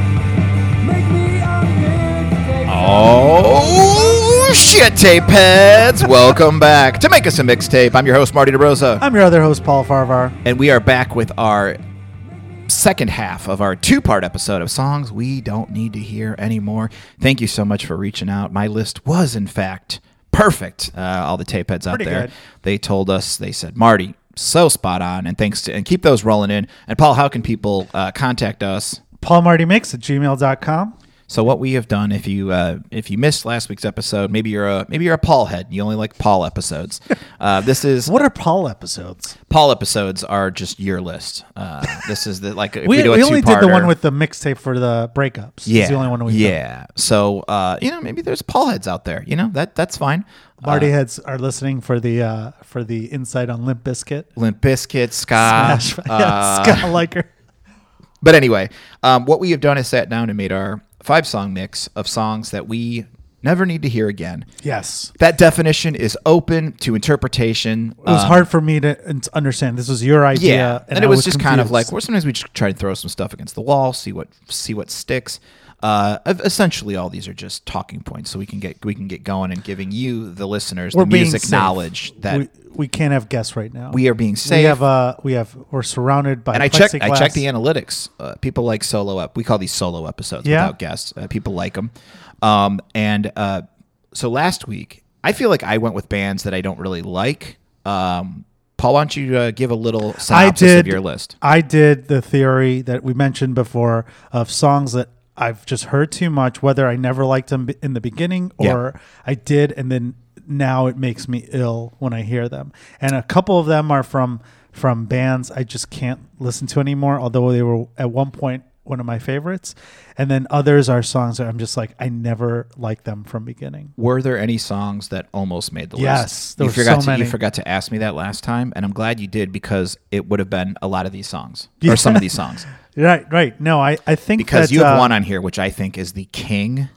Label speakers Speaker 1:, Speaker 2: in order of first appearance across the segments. Speaker 1: ya, Oh, tape heads. Welcome back to Make Us a Mixtape. I'm your host, Marty DeRosa,
Speaker 2: I'm your other host, Paul Farvar.
Speaker 1: and we are back with our second half of our two part episode of Songs We Don't Need to Hear Anymore. Thank you so much for reaching out. My list was, in fact, perfect. Uh, all the tape heads out
Speaker 2: Pretty
Speaker 1: there,
Speaker 2: good.
Speaker 1: they told us, they said, Marty, so spot on. And thanks to, and keep those rolling in. And Paul, how can people uh, contact us?
Speaker 2: PaulMartyMix at gmail.com.
Speaker 1: So what we have done, if you uh, if you missed last week's episode, maybe you're a maybe you're a Paul head. You only like Paul episodes. Uh, this is
Speaker 2: What are Paul episodes?
Speaker 1: Paul episodes are just your list. Uh, this is the like if we,
Speaker 2: We,
Speaker 1: do a
Speaker 2: we only did the
Speaker 1: two-parter-
Speaker 2: one with the mixtape for the breakups.
Speaker 1: yeah,
Speaker 2: It's the only one we
Speaker 1: yeah. So uh, you know maybe there's Paul heads out there. You know that that's fine. Uh,
Speaker 2: Marty heads are listening for the uh, for the insight on Limp Biscuit.
Speaker 1: Limp Bizkit, Ska,
Speaker 2: Ash,
Speaker 1: uh,
Speaker 2: yeah, Scott Liker.
Speaker 1: But anyway, um, what we have done is sat down and made our five song mix of songs that we never need to hear again.
Speaker 2: Yes.
Speaker 1: That definition is open to interpretation.
Speaker 2: It was hard for me to un- understand. This was your idea.
Speaker 1: Um, yeah and, it
Speaker 2: I
Speaker 1: was, just kind of
Speaker 2: confused.
Speaker 1: like well, sometimes we just try to throw some stuff against the wall see what see what sticks uh, ev- essentially all these are just talking points so we can get we can get going and giving you the listeners the
Speaker 2: being
Speaker 1: music
Speaker 2: safe.
Speaker 1: knowledge that
Speaker 2: we,
Speaker 1: we,
Speaker 2: we can't have guests right now.
Speaker 1: are being
Speaker 2: we
Speaker 1: safe
Speaker 2: have uh we have we're surrounded by
Speaker 1: and I checked. I
Speaker 2: plexiglass.
Speaker 1: checked the analytics. Uh, people like solo up. We call these solo episodes
Speaker 2: Yeah.
Speaker 1: without guests. Uh, people like them. Um, and uh, so last week, I feel like I went with bands that I don't really like. Um, Paul, why don't you uh, give a little synopsis of your list?
Speaker 2: I did the theory that we mentioned before of songs that I've just heard too much, whether I never liked them b- in the beginning
Speaker 1: Yeah.
Speaker 2: or I did, and then now it makes me ill when I hear them. And a couple of them are from from bands I just can't listen to anymore, although they were at one point one of my favorites. And then others are songs that I'm just like I never liked them from beginning.
Speaker 1: were there any songs that almost made the
Speaker 2: Yes,
Speaker 1: list?
Speaker 2: there
Speaker 1: you
Speaker 2: were
Speaker 1: forgot
Speaker 2: so
Speaker 1: to,
Speaker 2: many.
Speaker 1: You forgot to ask me that last time, and I'm glad you did because it would have been a lot of these songs or some of these songs
Speaker 2: Right, right. No, I I think
Speaker 1: because
Speaker 2: that,
Speaker 1: you have
Speaker 2: uh,
Speaker 1: one on here which I think is the king,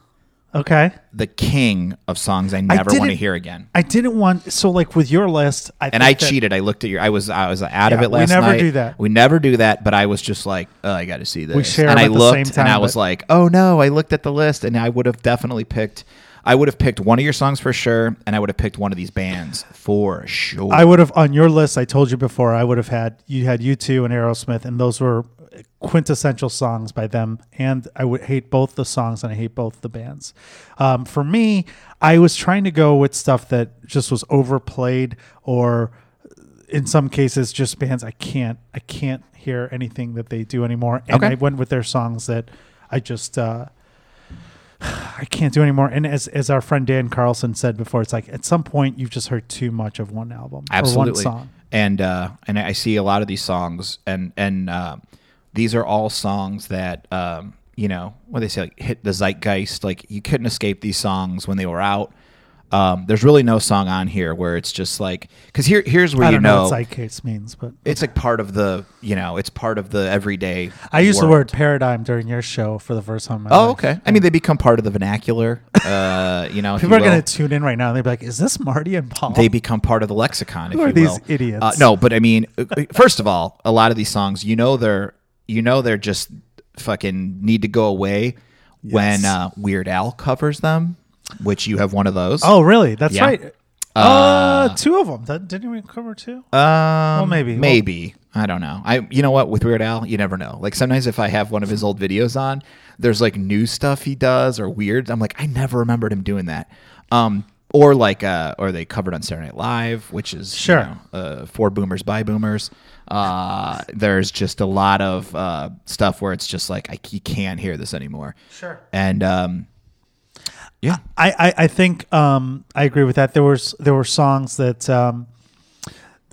Speaker 2: Okay.
Speaker 1: the king of songs I never want to
Speaker 2: didn't-
Speaker 1: hear again.
Speaker 2: I didn't want so like with your list. I
Speaker 1: And
Speaker 2: think
Speaker 1: I
Speaker 2: that-
Speaker 1: cheated. I looked at your. I was I was out of
Speaker 2: Yeah,
Speaker 1: it
Speaker 2: we
Speaker 1: last night.
Speaker 2: never do that.
Speaker 1: We never do that. But I was just like, oh, I got to see this.
Speaker 2: share
Speaker 1: and
Speaker 2: them
Speaker 1: I
Speaker 2: at the
Speaker 1: looked,
Speaker 2: same
Speaker 1: and I
Speaker 2: time,
Speaker 1: was
Speaker 2: but-
Speaker 1: like, oh no. I looked at the list, and I would have definitely picked. I would have picked one of your songs for sure, and I would have picked one of these bands for sure.
Speaker 2: I would have on your list. I told you before. I would have had you had U two and Aerosmith, and those were quintessential songs by them. And I would hate both the songs, and I hate both the bands. Um, for me, I was trying to go with stuff that just was overplayed, or in some cases, just bands I can't I can't hear anything that they do anymore. And
Speaker 1: Okay.
Speaker 2: I went with their songs that I just. Uh, I can't do anymore. And as as our friend Dan Carlson said before, it's like at some point you've just heard too much of one album
Speaker 1: absolutely
Speaker 2: or one song.
Speaker 1: and uh and i see a lot of these songs and and uh, these are all songs that um you know what they say like hit the zeitgeist like you couldn't escape these songs when they were out um there's really no song on here where it's just like because here here's where
Speaker 2: I
Speaker 1: you
Speaker 2: don't
Speaker 1: know,
Speaker 2: know, what zeitgeist means, but
Speaker 1: it's like part of the you know it's part of the everyday
Speaker 2: I used the
Speaker 1: world.
Speaker 2: word paradigm during your show for the first time. in my
Speaker 1: oh
Speaker 2: life.
Speaker 1: okay i mean they become part of the vernacular uh you know if
Speaker 2: People
Speaker 1: you
Speaker 2: are going
Speaker 1: will.
Speaker 2: to tune in right now and they'll be like, "Is this Marty and Paul?"
Speaker 1: they become part of the lexicon. If
Speaker 2: Who are
Speaker 1: you
Speaker 2: these
Speaker 1: will.
Speaker 2: idiots?
Speaker 1: Uh, no, but I mean, uh, first of all, a lot of these songs, you know, they're you know they're just fucking need to go away when uh, Weird Al covers them, which you have one of those.
Speaker 2: oh, really? That's
Speaker 1: Yeah.
Speaker 2: right. Uh, two of them. That, didn't we cover two?
Speaker 1: um,
Speaker 2: maybe.
Speaker 1: maybe. I don't know. I you know what with Weird Al, you never know. Like sometimes if I have one of his old videos on, there's like new stuff he does or weird. I'm like I never remembered him doing that. Um or like uh or they covered on Saturday Night Live, which is you
Speaker 2: Sure.
Speaker 1: know, uh, for boomers by boomers. Uh, there's just a lot of uh, stuff where it's just like I c- you can't hear this anymore.
Speaker 2: Sure.
Speaker 1: And um, yeah,
Speaker 2: I, I, I think um, I agree with that. There was there were songs that um,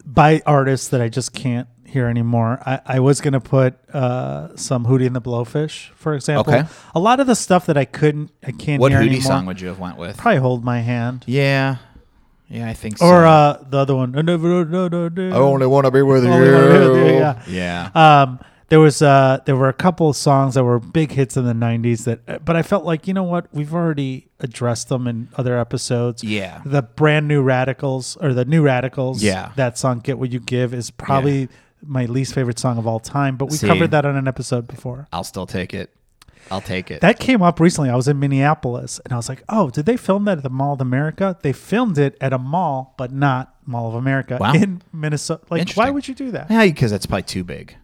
Speaker 2: by artists that I just can't hear anymore. I, I was gonna put uh, some Hootie and the Blowfish, for example.
Speaker 1: Okay.
Speaker 2: A lot of the stuff that I couldn't I can't
Speaker 1: what
Speaker 2: hear
Speaker 1: Hootie
Speaker 2: anymore.
Speaker 1: song would you have went with?
Speaker 2: probably hold my hand.
Speaker 1: Yeah, yeah, I think so.
Speaker 2: Or uh, the other one. I never- no, no, no.
Speaker 1: I only want to be with you.
Speaker 2: Only wanna be with you, yeah.
Speaker 1: yeah.
Speaker 2: Um, there was uh, there were a couple of songs that were big hits in the '90s that, uh, but I felt like you know what we've already addressed them in other episodes.
Speaker 1: Yeah.
Speaker 2: the brand new radicals or the new radicals.
Speaker 1: Yeah.
Speaker 2: that song "Get What You Give" is probably my least favorite song of all time, but we
Speaker 1: See.
Speaker 2: covered that on an episode before.
Speaker 1: I'll still take it. I'll take it.
Speaker 2: That came up recently. I was in Minneapolis and I was like, oh, did they film that at the Mall of America? They filmed it at a mall, but not Mall of America
Speaker 1: Wow.
Speaker 2: in Minnesota. Like, why
Speaker 1: Interesting.
Speaker 2: would you do that?
Speaker 1: yeah, because that's probably too big.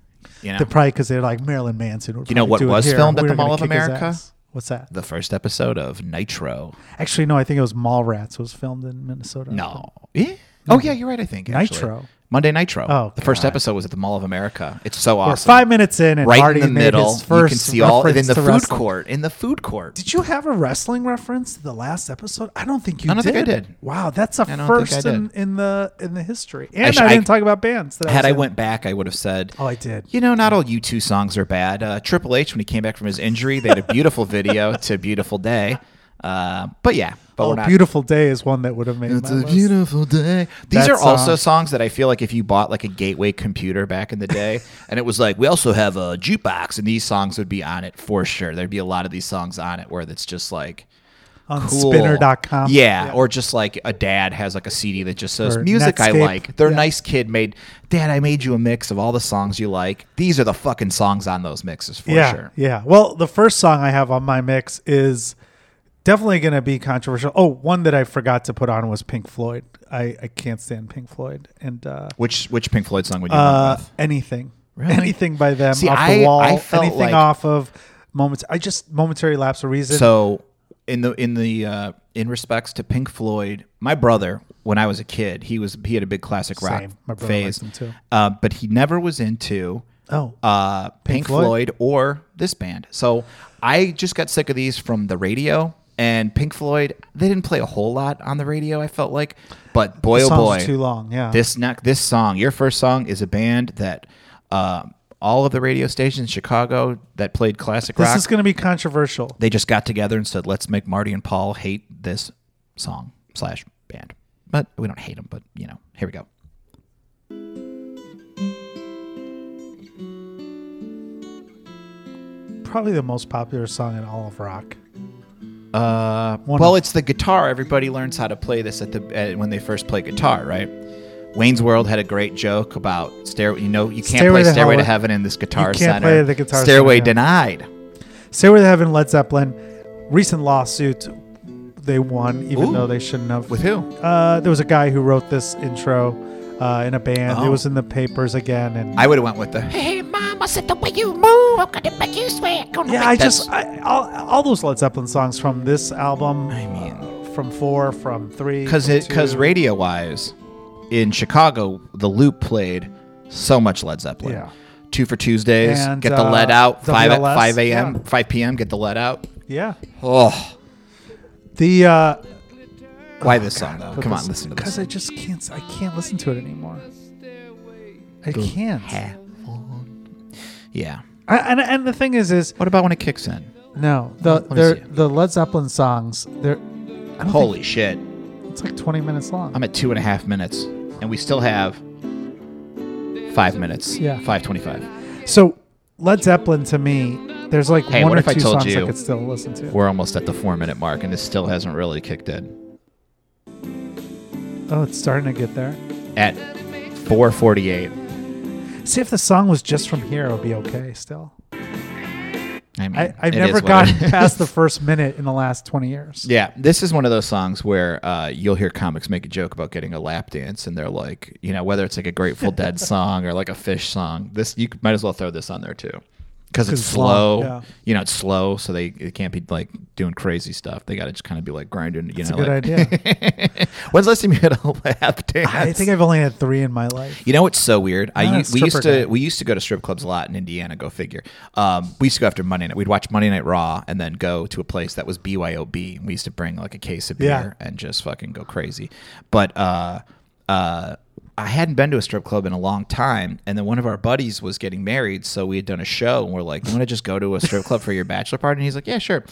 Speaker 1: You know,
Speaker 2: They're probably because they're like Marilyn Manson. would
Speaker 1: You know
Speaker 2: probably
Speaker 1: what
Speaker 2: do it
Speaker 1: was
Speaker 2: here.
Speaker 1: filmed at
Speaker 2: We're
Speaker 1: the
Speaker 2: gonna
Speaker 1: Mall of
Speaker 2: kick his
Speaker 1: America?
Speaker 2: ass." What's that?
Speaker 1: the first episode of Nitro.
Speaker 2: Actually, no, I think it was Mallrats was filmed in Minnesota.
Speaker 1: No. Yeah. Oh yeah, you're right. I think actually.
Speaker 2: Nitro.
Speaker 1: Monday Nitro.
Speaker 2: Oh,
Speaker 1: the first
Speaker 2: God.
Speaker 1: episode was at the Mall of America. It's so
Speaker 2: We're
Speaker 1: awesome.
Speaker 2: five minutes in and
Speaker 1: right
Speaker 2: Marty
Speaker 1: in the
Speaker 2: made
Speaker 1: middle,
Speaker 2: his
Speaker 1: you
Speaker 2: first
Speaker 1: can see all and in
Speaker 2: reference
Speaker 1: the
Speaker 2: to
Speaker 1: food
Speaker 2: wrestling.
Speaker 1: court. In the food court.
Speaker 2: Did you have a wrestling reference to the last episode? I don't think you
Speaker 1: I don't
Speaker 2: did.
Speaker 1: think I did.
Speaker 2: Wow, that's a
Speaker 1: I don't think I
Speaker 2: first in,
Speaker 1: did.
Speaker 2: in the in the history. And I,
Speaker 1: sh- I-
Speaker 2: didn't talk about bands. That
Speaker 1: Had
Speaker 2: was
Speaker 1: I
Speaker 2: in.
Speaker 1: went back, I would have said,
Speaker 2: Oh, I did.
Speaker 1: You know, not all U2 songs are bad. Uh, Triple H, when he came back from his injury, they had a beautiful video to "Beautiful Day." Uh, but yeah, but
Speaker 2: Oh,
Speaker 1: we're not.
Speaker 2: beautiful day is one that would have made my list.
Speaker 1: beautiful day. These
Speaker 2: That
Speaker 1: are also
Speaker 2: song.
Speaker 1: songs that I feel like if you bought like a gateway computer back in the day, and it was like we also have a jukebox, and these songs would be on it for sure. There'd be a lot of these songs on it where it's just like
Speaker 2: on
Speaker 1: cool.
Speaker 2: spinner.com.
Speaker 1: Yeah, or just like a dad has like a CD that just says
Speaker 2: Or
Speaker 1: music I
Speaker 2: Netscape.
Speaker 1: like. Their
Speaker 2: Yeah.
Speaker 1: nice kid made dad. I made you a mix of all the songs you like. These are the fucking songs on those mixes for
Speaker 2: yeah,
Speaker 1: sure.
Speaker 2: yeah. Well, the first song I have on my mix is definitely going to be controversial. Oh, one that I forgot to put on was Pink Floyd. I, I can't stand Pink Floyd and uh,
Speaker 1: Which which Pink Floyd song would you
Speaker 2: uh,
Speaker 1: want with?
Speaker 2: anything,
Speaker 1: Really?
Speaker 2: anything by them
Speaker 1: See,
Speaker 2: off
Speaker 1: I-
Speaker 2: the wall,
Speaker 1: I felt
Speaker 2: anything
Speaker 1: like-
Speaker 2: off of moments. I just momentary lapse of reason.
Speaker 1: So in the in the uh, in respects to Pink Floyd, my brother when I was a kid, he was he had a big classic rock
Speaker 2: Same. My brother
Speaker 1: phase,
Speaker 2: likes them too.
Speaker 1: Uh, but he never was into
Speaker 2: oh,
Speaker 1: uh, Pink,
Speaker 2: Floyd?
Speaker 1: Floyd? or this band. So I just got sick of these from the radio. And Pink Floyd, they didn't play a whole lot on the radio. I felt like, but boy,
Speaker 2: the
Speaker 1: oh
Speaker 2: song's
Speaker 1: boy,
Speaker 2: too long. Yeah,
Speaker 1: this neck this song your first song is a band that um, all of the radio stations in chicago that played classic
Speaker 2: this
Speaker 1: rock
Speaker 2: is going to be controversial.
Speaker 1: they just got together and said let's make marty and paul hate this song slash band but we don't hate them but you know here we go
Speaker 2: Probably the most popular song in all of rock.
Speaker 1: uh,
Speaker 2: One
Speaker 1: well
Speaker 2: of-
Speaker 1: it's the guitar everybody learns how to play this at the uh when they first play guitar right Wayne's World had a great joke about stairway. You know, you can't
Speaker 2: Stairway
Speaker 1: play
Speaker 2: to
Speaker 1: Stairway to
Speaker 2: Hell-
Speaker 1: Heaven in this guitar
Speaker 2: can't
Speaker 1: center.
Speaker 2: play the guitar
Speaker 1: Stairway
Speaker 2: center.
Speaker 1: denied.
Speaker 2: Stairway to Heaven, Led Zeppelin, recent lawsuit. They won, even
Speaker 1: Ooh.
Speaker 2: though they shouldn't have.
Speaker 1: With who?
Speaker 2: Uh, there was a guy who wrote this intro uh, in a band. It
Speaker 1: Oh.
Speaker 2: was in the papers again, and
Speaker 1: I would have went with the Hey Mama, said the way you move, I'm gonna make you sweat. Gonna
Speaker 2: yeah,
Speaker 1: make
Speaker 2: I
Speaker 1: that s-"
Speaker 2: just I, all, all those Led Zeppelin songs from this album, uh,
Speaker 1: I mean,
Speaker 2: from four, from three,
Speaker 1: because
Speaker 2: from
Speaker 1: it because
Speaker 2: two.
Speaker 1: radio wise, in Chicago, the loop played so much Led Zeppelin.
Speaker 2: Yeah.
Speaker 1: Two for Tuesdays,
Speaker 2: And,
Speaker 1: get the
Speaker 2: uh,
Speaker 1: lead out. Five at
Speaker 2: WLS,
Speaker 1: five a.m.
Speaker 2: yeah.
Speaker 1: Five p.m. Get the lead out.
Speaker 2: yeah,
Speaker 1: Oh,
Speaker 2: the uh,
Speaker 1: why this song though? Come on, listen to
Speaker 2: because
Speaker 1: this.
Speaker 2: I just can't I can't listen to it anymore. I can't.
Speaker 1: Yeah.
Speaker 2: I, and and the thing is is
Speaker 1: What about when it kicks in?
Speaker 2: no the
Speaker 1: me
Speaker 2: they're,
Speaker 1: see.
Speaker 2: the Led Zeppelin songs they're I don't
Speaker 1: Holy shit!
Speaker 2: think, it's like twenty minutes long.
Speaker 1: I'm at two and a half minutes, and we still have five minutes.
Speaker 2: Yeah.
Speaker 1: Five twenty-five.
Speaker 2: So Led Zeppelin to me, there's like
Speaker 1: Hey,
Speaker 2: one
Speaker 1: what
Speaker 2: or
Speaker 1: if I
Speaker 2: two
Speaker 1: told
Speaker 2: songs I
Speaker 1: you-
Speaker 2: could still listen to.
Speaker 1: We're almost at the four minute mark, and it still hasn't really kicked in.
Speaker 2: Oh, it's starting to get there.
Speaker 1: At 4:48,
Speaker 2: See if the song was just from here, it would be okay still.
Speaker 1: I mean,
Speaker 2: I, I've
Speaker 1: it
Speaker 2: never
Speaker 1: is what
Speaker 2: gotten
Speaker 1: it is.
Speaker 2: past the first minute in the last 20 years.
Speaker 1: Yeah, this is one of those songs where uh, you'll hear comics make a joke about getting a lap dance, and they're like, you know, whether it's like a Grateful Dead song or like a Fish song, this you might as well throw this on there too, because it's
Speaker 2: 'Cause it's
Speaker 1: slow.
Speaker 2: long, yeah.
Speaker 1: You know, it's slow, so they it can't be like doing crazy stuff. They got to just kind of be like grinding. You
Speaker 2: It's a
Speaker 1: know, like,
Speaker 2: good idea.
Speaker 1: when's the last time you had a lap dance?
Speaker 2: I think I've only had three in my life.
Speaker 1: You know what's so weird? I
Speaker 2: Not a
Speaker 1: u- we used
Speaker 2: stripper
Speaker 1: to
Speaker 2: guy.
Speaker 1: we used to go to strip clubs a lot in Indiana. Go figure. Um, we used to go after Monday night. We'd watch Monday Night Raw and then go to a place that was BYOB. We used to bring like a case of
Speaker 2: Yeah.
Speaker 1: beer and just fucking go crazy. But uh, uh, I hadn't been to a strip club in a long time, and then one of our buddies was getting married, so we had done a show, and we're like, "You want to just go to a strip club for your bachelor party?" And he's like, "Yeah, sure."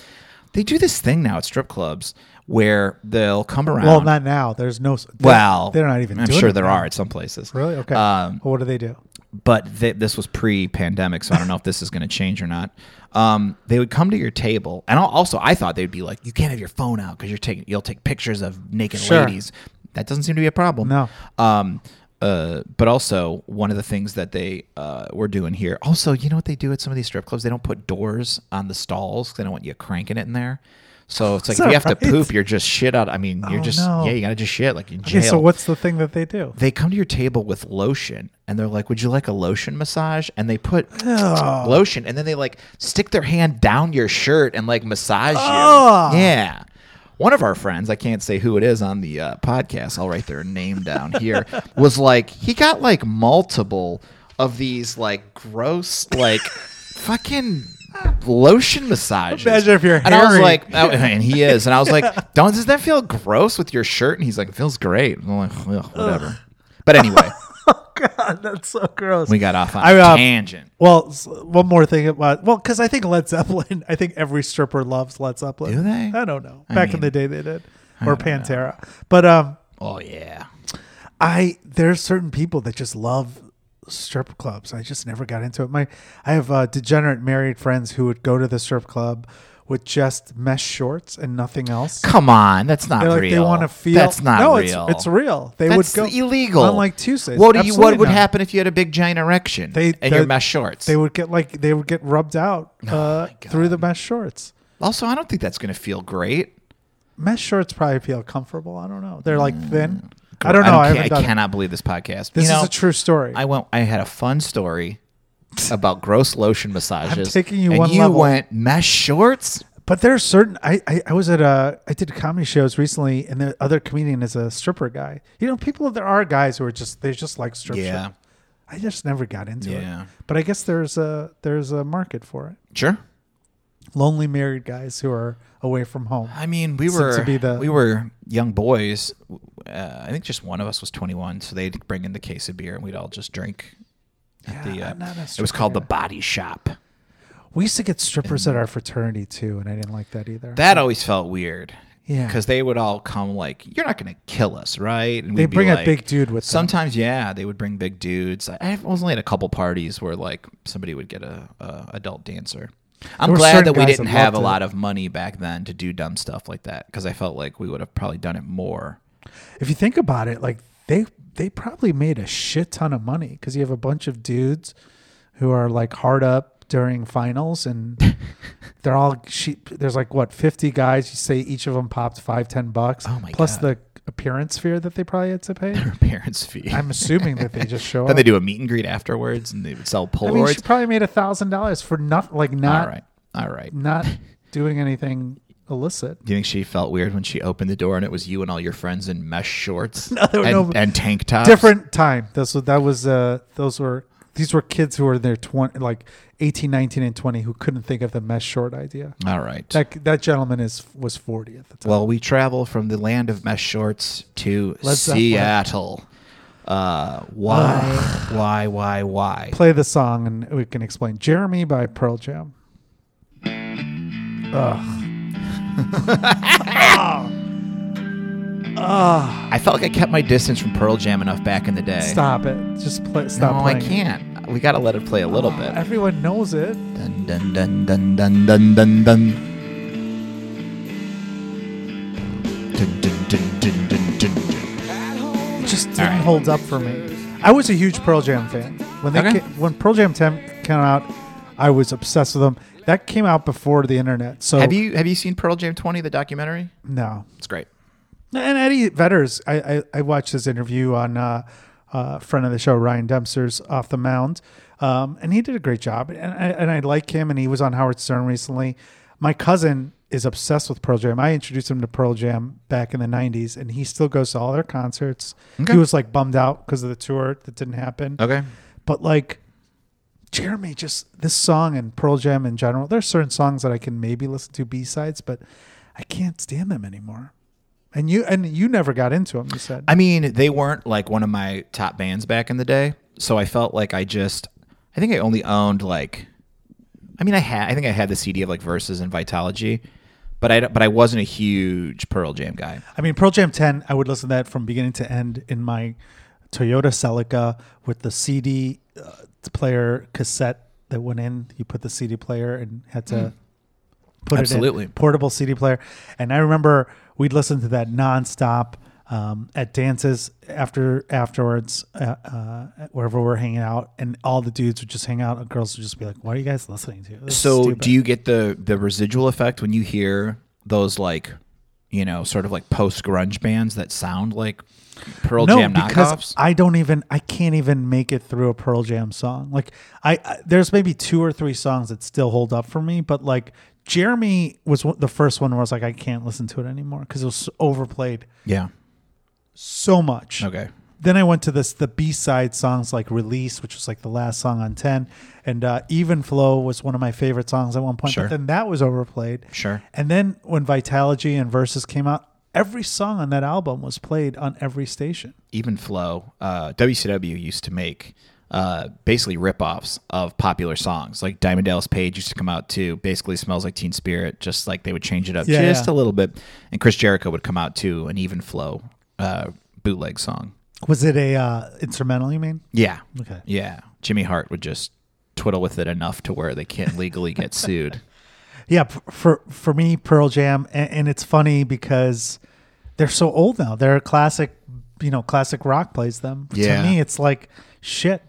Speaker 1: They do this thing now at strip clubs where they'll come around.
Speaker 2: Well, not now. There's no. They're,
Speaker 1: well,
Speaker 2: they're not even
Speaker 1: I'm
Speaker 2: doing
Speaker 1: sure
Speaker 2: it
Speaker 1: there
Speaker 2: now.
Speaker 1: are at some places.
Speaker 2: Really? Okay.
Speaker 1: Um,
Speaker 2: Well, what do they do?
Speaker 1: but th- this was pre-pandemic, so I don't know if this is going to change or not. Um, they would come to your table, and al- also I thought they'd be like, "You can't have your phone out because you're taking you'll take pictures of naked
Speaker 2: Sure.
Speaker 1: ladies." That doesn't seem to be a problem.
Speaker 2: No.
Speaker 1: Um, Uh, but also one of the things that they uh, were doing here. Also, you know what they do at some of these strip clubs? They don't put doors on the stalls 'cause they don't want you cranking it in there. So it's like
Speaker 2: Is
Speaker 1: if
Speaker 2: that
Speaker 1: you have
Speaker 2: right?
Speaker 1: to poop, you're just shit out. I mean, you're
Speaker 2: Oh,
Speaker 1: just
Speaker 2: no.
Speaker 1: yeah, you gotta just shit like in
Speaker 2: Okay,
Speaker 1: jail.
Speaker 2: so what's the thing that they do?
Speaker 1: they come to your table with lotion and they're like, "Would you like a lotion massage?" And they put lotion and then they like stick their hand down your shirt and like massage
Speaker 2: Ugh.
Speaker 1: you. Yeah. One of our friends, I can't say who it is on the uh, podcast. I'll write their name down here. Was like he got like multiple of these like gross like fucking lotion massages.
Speaker 2: Imagine if you're
Speaker 1: and I was
Speaker 2: hairy.
Speaker 1: like, Oh, and he is. And I was like, Don't does that feel gross with your shirt? And he's like, It feels great. And I'm like, "Ugh, whatever. But anyway,
Speaker 2: God, that's so gross.
Speaker 1: we got off on
Speaker 2: I,
Speaker 1: a
Speaker 2: uh,
Speaker 1: tangent.
Speaker 2: Well, s- one more thing about well, because I think Led Zeppelin. I think every stripper loves Led Zeppelin.
Speaker 1: Do they?
Speaker 2: I don't know.
Speaker 1: I
Speaker 2: Back in
Speaker 1: mean,
Speaker 2: the day, they did, or Pantera. But um,
Speaker 1: Oh yeah.
Speaker 2: I there's certain people that just love strip clubs. I just never got into it. My I have uh, degenerate married friends who would go to the strip club with just mesh shorts and nothing else.
Speaker 1: Come on, that's not
Speaker 2: They're like
Speaker 1: real.
Speaker 2: they want to feel.
Speaker 1: That's not
Speaker 2: no,
Speaker 1: real.
Speaker 2: It's, it's real. They
Speaker 1: that's
Speaker 2: would go
Speaker 1: illegal.
Speaker 2: Unlike Tuesdays.
Speaker 1: What do you? What
Speaker 2: Absolutely
Speaker 1: would
Speaker 2: not.
Speaker 1: happen if you had a big giant erection
Speaker 2: They-
Speaker 1: and your
Speaker 2: they-
Speaker 1: mesh shorts?
Speaker 2: They would get like they would get rubbed out
Speaker 1: Oh
Speaker 2: uh, through the mesh shorts.
Speaker 1: also, I don't think that's going to feel great.
Speaker 2: Mesh shorts probably feel comfortable. I don't know. They're like thin. I don't know. I,
Speaker 1: can't-
Speaker 2: haven't
Speaker 1: Mm. I
Speaker 2: done. it.
Speaker 1: cannot believe this podcast.
Speaker 2: This
Speaker 1: You know,
Speaker 2: is a true story.
Speaker 1: I went. I had a fun story about gross lotion massages.
Speaker 2: taking you
Speaker 1: and
Speaker 2: one
Speaker 1: you
Speaker 2: level.
Speaker 1: went mesh shorts.
Speaker 2: but there are certain. I, I I was at a. I did comedy shows recently, and the other comedian is a stripper guy. You know, people. There are guys who are just they just like strip.
Speaker 1: Yeah.
Speaker 2: show. I just never got into
Speaker 1: Yeah.
Speaker 2: it. But I guess there's a there's a market for it.
Speaker 1: Sure.
Speaker 2: Lonely married guys who are away from home.
Speaker 1: I mean, we
Speaker 2: Seems
Speaker 1: were
Speaker 2: to be the-
Speaker 1: we were young boys. Uh, I think just one of us was 21, so they'd bring in the case of beer and we'd all just drink. at the,
Speaker 2: Yeah,
Speaker 1: uh,
Speaker 2: I'm not
Speaker 1: it
Speaker 2: a
Speaker 1: was
Speaker 2: stripper
Speaker 1: called the
Speaker 2: guy.
Speaker 1: Body Shop.
Speaker 2: We used to get strippers at our fraternity too, and I didn't like that either.
Speaker 1: That always felt weird.
Speaker 2: yeah,
Speaker 1: Because they would all come like, "You're not going to kill us, right?" And
Speaker 2: They
Speaker 1: we'd be
Speaker 2: bring a
Speaker 1: like-
Speaker 2: big dude with them.
Speaker 1: Sometimes, yeah, they would bring big dudes. I I was only at a couple parties where like somebody would get a, a adult dancer. I'm
Speaker 2: were
Speaker 1: glad
Speaker 2: certain
Speaker 1: that we
Speaker 2: guys
Speaker 1: didn't
Speaker 2: that
Speaker 1: have a
Speaker 2: loved it.
Speaker 1: lot of money back then to do dumb stuff like that because I felt like we would have probably done it more.
Speaker 2: if you think about it, like they they probably made a shit ton of money because you have a bunch of dudes who are like hard up during finals, and they're all she, there's like what fifty guys. You say each of them popped five ten bucks.
Speaker 1: Oh my
Speaker 2: plus
Speaker 1: God.
Speaker 2: the appearance fee that they probably had to pay.
Speaker 1: Their parents' fee.
Speaker 2: I'm assuming that they just show
Speaker 1: then
Speaker 2: up.
Speaker 1: they do a meet and greet afterwards, and they would sell
Speaker 2: I mean, she
Speaker 1: Polaroids.
Speaker 2: probably made a thousand dollars for not like not
Speaker 1: all right, all right.
Speaker 2: not doing anything illicit.
Speaker 1: Do you think she felt weird when she opened the door and it was you and all your friends in mesh shorts
Speaker 2: there were
Speaker 1: and,
Speaker 2: no-
Speaker 1: and tank tops?
Speaker 2: different time. That's what that was. Uh, those were these were kids who were in their twenty, like 18, 19, and twenty, who couldn't think of the mesh short idea.
Speaker 1: All right.
Speaker 2: That that gentleman is was forty at the time.
Speaker 1: Well, we travel from the land of mesh shorts to
Speaker 2: Led Zeppelin.
Speaker 1: Seattle. Uh, why, why, why, why?
Speaker 2: Play the song and we can explain. Jeremy by Pearl Jam. Ugh. Ugh.
Speaker 1: I felt like I kept my distance from Pearl Jam enough back in the day.
Speaker 2: Stop it. Just play.
Speaker 1: No,
Speaker 2: Stop
Speaker 1: I
Speaker 2: playing. Oh, it.
Speaker 1: can't. We gotta let it play a little bit.
Speaker 2: Everyone knows it.
Speaker 1: Dun dun dun dun dun dun dun dun. Dun, dun, dun, dun, dun, dun, dun.
Speaker 2: It just didn't
Speaker 1: All right.
Speaker 2: hold up for me. I was a huge Pearl Jam fan. When they
Speaker 1: Okay.
Speaker 2: ca- when Pearl Jam 10 came out, I was obsessed with them. That came out before the internet. So
Speaker 1: Have you have you seen Pearl Jam twenty, the documentary?
Speaker 2: no.
Speaker 1: It's great.
Speaker 2: And Eddie Vedder's, I, I, I watched his interview on uh, uh, friend of the show Ryan Dempster's Off the Mound, um, and he did a great job. And I, and I like him, and he was on Howard Stern recently. My cousin is obsessed with Pearl Jam. I introduced him to Pearl Jam back in the '90s, and he still goes to all their concerts.
Speaker 1: Okay.
Speaker 2: He was like bummed out because of the tour that didn't happen
Speaker 1: Okay.
Speaker 2: but like Jeremy just this song and Pearl Jam in general there's certain songs that I can maybe listen to B-sides but I can't stand them anymore and you and you never got into them you said
Speaker 1: I mean, they weren't like one of my top bands back in the day, so I felt like I just, I think I only owned like, I mean, I had, I think I had the CD of like Verses and Vitology, but I, don't- but I wasn't a huge Pearl Jam guy.
Speaker 2: I mean Pearl Jam 10 I would listen to that from beginning to end in my Toyota Celica with the CD uh, player cassette that went in you put the CD player and had to put
Speaker 1: Hmm. Absolutely.
Speaker 2: it in portable CD player and I remember we'd listen to that nonstop um, at dances after afterwards, uh, uh, wherever we're hanging out, and all the dudes would just hang out, and girls would just be like, "What are you guys listening to?" This is
Speaker 1: So
Speaker 2: stupid."
Speaker 1: do you get the the residual effect when you hear those like you know sort of like post grunge bands that sound like Pearl
Speaker 2: no,
Speaker 1: Jam
Speaker 2: because
Speaker 1: knockoffs?
Speaker 2: I don't even I can't even make it through a Pearl Jam song. Like I, I there's maybe two or three songs that still hold up for me, but like Jeremy was one, the first one where I was like I can't listen to it anymore because it was overplayed
Speaker 1: yeah.
Speaker 2: so much.
Speaker 1: Okay.
Speaker 2: Then I went to this the B side songs like Release, which was like the last song on ten, and uh, Even Flow was one of my favorite songs at one point.
Speaker 1: Sure.
Speaker 2: But then that was overplayed.
Speaker 1: Sure.
Speaker 2: And then when Vitalogy and Versus came out, every song on that album was played on every station.
Speaker 1: Even flow. Uh, WCW used to make uh, basically ripoffs of popular songs. Like Diamond Dallas Page used to come out too. Basically, smells like Teen Spirit. Just like they would change it up
Speaker 2: Yeah,
Speaker 1: just
Speaker 2: yeah.
Speaker 1: a little bit. And Chris Jericho would come out too. An even flow uh, bootleg song.
Speaker 2: Was it a uh, instrumental? You mean?
Speaker 1: Yeah.
Speaker 2: Okay.
Speaker 1: Yeah. Jimmy Hart would just twiddle with it enough to where they can't legally get sued.
Speaker 2: Yeah. p- For for me, Pearl Jam, and, and it's funny because they're so old now. They're a classic, you know, classic rock plays them.
Speaker 1: Yeah.
Speaker 2: To me, it's like shit.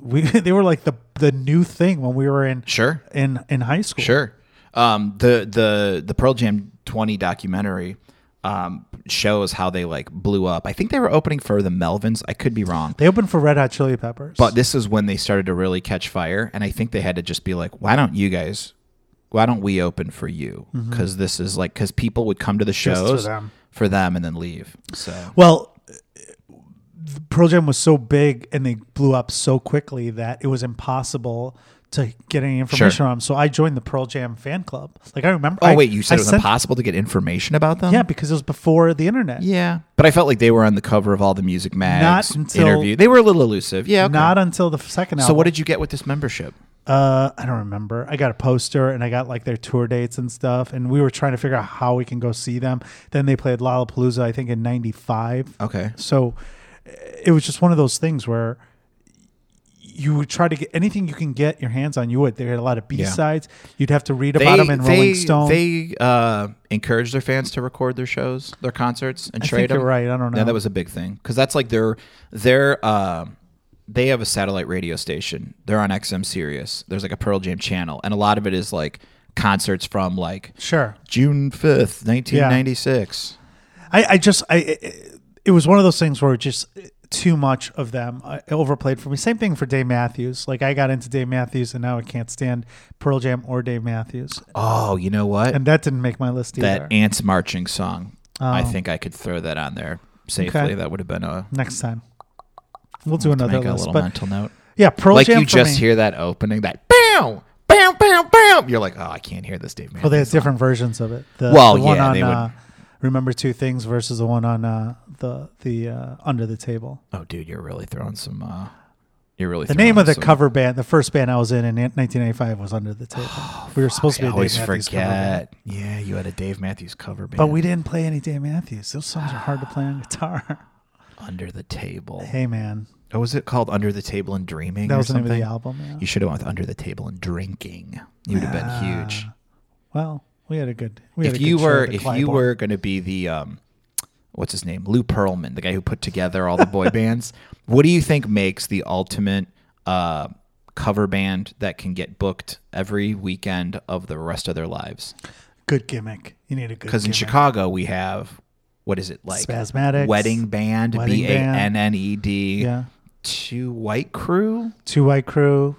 Speaker 2: We they were like the the new thing when we were in
Speaker 1: Sure.
Speaker 2: in in high school.
Speaker 1: Sure. Um, the the the Pearl Jam 20 documentary um, shows how they like blew up. I think they were opening for the Melvins. I could be wrong.
Speaker 2: They opened for Red Hot Chili Peppers.
Speaker 1: But this is when they started to really catch fire, and I think they had to just be like, "Why don't you guys? Why don't we open for you? Because this is like because people would come to the
Speaker 2: Mm-hmm. for
Speaker 1: shows
Speaker 2: them.
Speaker 1: for them and then leave. So
Speaker 2: well, the Pearl Jam was so big and they blew up so quickly that it was impossible to get any information
Speaker 1: Sure.
Speaker 2: on them. So I joined the Pearl Jam fan club. Like I remember.
Speaker 1: oh
Speaker 2: I-
Speaker 1: wait, you said
Speaker 2: I
Speaker 1: it was
Speaker 2: sent-
Speaker 1: impossible to get information about them.
Speaker 2: Yeah, because it was before the internet.
Speaker 1: Um, Yeah, but I felt like they were on the cover of all the music mags.
Speaker 2: Not until-
Speaker 1: interview. They were a little elusive. Yeah. okay.
Speaker 2: Not until the second album.
Speaker 1: so what did you get with this membership?
Speaker 2: Uh, I don't remember. I got a poster and I got like their tour dates and stuff, and we were trying to figure out how we can go see them. Then they played Lollapalooza, I think, in '95.
Speaker 1: Okay.
Speaker 2: So uh, it was just one of those things where you would try to get anything you can get your hands on. You would. They had a lot of B sides. You'd have to read about them in Rolling
Speaker 1: they,
Speaker 2: Stone.
Speaker 1: They uh, encourage their fans to record their shows, their concerts, and
Speaker 2: I
Speaker 1: trade
Speaker 2: think you're
Speaker 1: them.
Speaker 2: right. I don't know.
Speaker 1: Yeah, that was a big thing because that's like their their um they have a satellite radio station. They're on XM Sirius. There's like a Pearl Jam channel, and a lot of it is like concerts from like
Speaker 2: sure.
Speaker 1: June fifth, nineteen ninety six.
Speaker 2: I, I just I it, it was one of those things where just too much of them uh, overplayed for me. Same thing for Dave Matthews. Like I got into Dave Matthews and now I can't stand Pearl Jam or Dave Matthews,
Speaker 1: Oh, you know what?
Speaker 2: and that didn't make my list either.
Speaker 1: that ants marching song. I think I could throw that on there safely.
Speaker 2: Oh. Okay.
Speaker 1: That would have been a
Speaker 2: Next time we'll do another
Speaker 1: make a
Speaker 2: list,
Speaker 1: little
Speaker 2: but
Speaker 1: mental note.
Speaker 2: yeah, Pearl
Speaker 1: like
Speaker 2: Jam.
Speaker 1: you
Speaker 2: for
Speaker 1: just
Speaker 2: me-
Speaker 1: hear that opening, that bam, bam, bam, bam. You're like, oh, I can't hear this Dave
Speaker 2: Well,
Speaker 1: Matthews.
Speaker 2: they had different versions of it. The,
Speaker 1: Well,
Speaker 2: the one
Speaker 1: yeah,
Speaker 2: on
Speaker 1: they would-
Speaker 2: uh, Remember Two Things versus the one on uh, the the uh, Under the Table.
Speaker 1: oh, dude, you're really throwing some. Uh, you're really
Speaker 2: The name of the cover band, the first band I was in in 1985 was Under the Table. we were supposed to
Speaker 1: Oh,
Speaker 2: be
Speaker 1: I
Speaker 2: a Dave
Speaker 1: always
Speaker 2: Matthews cover band.
Speaker 1: forget. Yeah, you had a Dave Matthews cover band.
Speaker 2: But we didn't play any Dan Matthews. Those songs are hard to play on guitar.
Speaker 1: under the table.
Speaker 2: hey man,
Speaker 1: Oh, was it called Under the Table and Dreaming?
Speaker 2: that
Speaker 1: or
Speaker 2: was the name of the
Speaker 1: something?
Speaker 2: album. yeah.
Speaker 1: You should have went with Under the Table and Drinking. You would have
Speaker 2: Ah.
Speaker 1: been huge.
Speaker 2: Well, we had a good. We
Speaker 1: if
Speaker 2: had a good
Speaker 1: you
Speaker 2: show
Speaker 1: were
Speaker 2: at the
Speaker 1: if you
Speaker 2: Clybourne.
Speaker 1: were going to be the um what's his name lou pearlman the guy who put together all the boy bands what do you think makes the ultimate uh cover band that can get booked every weekend of the rest of their lives
Speaker 2: good gimmick, you need a good.
Speaker 1: because in
Speaker 2: gimmick.
Speaker 1: chicago we have what is it like
Speaker 2: Spasmatics.
Speaker 1: wedding band
Speaker 2: Wedding Band.
Speaker 1: b-a-n-n-e-d
Speaker 2: yeah,
Speaker 1: E two white crew
Speaker 2: Two White Crew.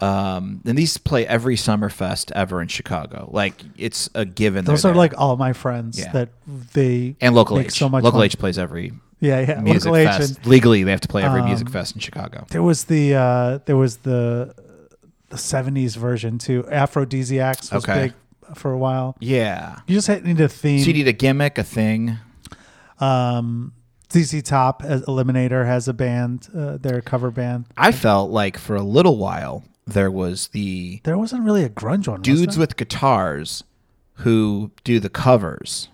Speaker 1: um and these play every summerfest ever in chicago like it's a given
Speaker 2: Those
Speaker 1: they're
Speaker 2: are
Speaker 1: there.
Speaker 2: like all my friends
Speaker 1: Yeah.
Speaker 2: that they
Speaker 1: and local
Speaker 2: make
Speaker 1: h
Speaker 2: so much
Speaker 1: local
Speaker 2: money.
Speaker 1: h plays every
Speaker 2: Yeah, yeah.
Speaker 1: music
Speaker 2: local
Speaker 1: fest.
Speaker 2: agent.
Speaker 1: Legally, they have to play
Speaker 2: um,
Speaker 1: every music fest in Chicago.
Speaker 2: There was the uh, there was the the '70s version too. Aphrodisiacs was
Speaker 1: Okay.
Speaker 2: big for a while.
Speaker 1: Yeah.
Speaker 2: You just had, need a theme.
Speaker 1: So you need a gimmick, a thing.
Speaker 2: Um, ZZ Top as Eliminator has a band, uh, their cover band.
Speaker 1: I felt like for a little while there was the
Speaker 2: There wasn't really a grunge one. was
Speaker 1: dudes
Speaker 2: there?
Speaker 1: with guitars who do the covers,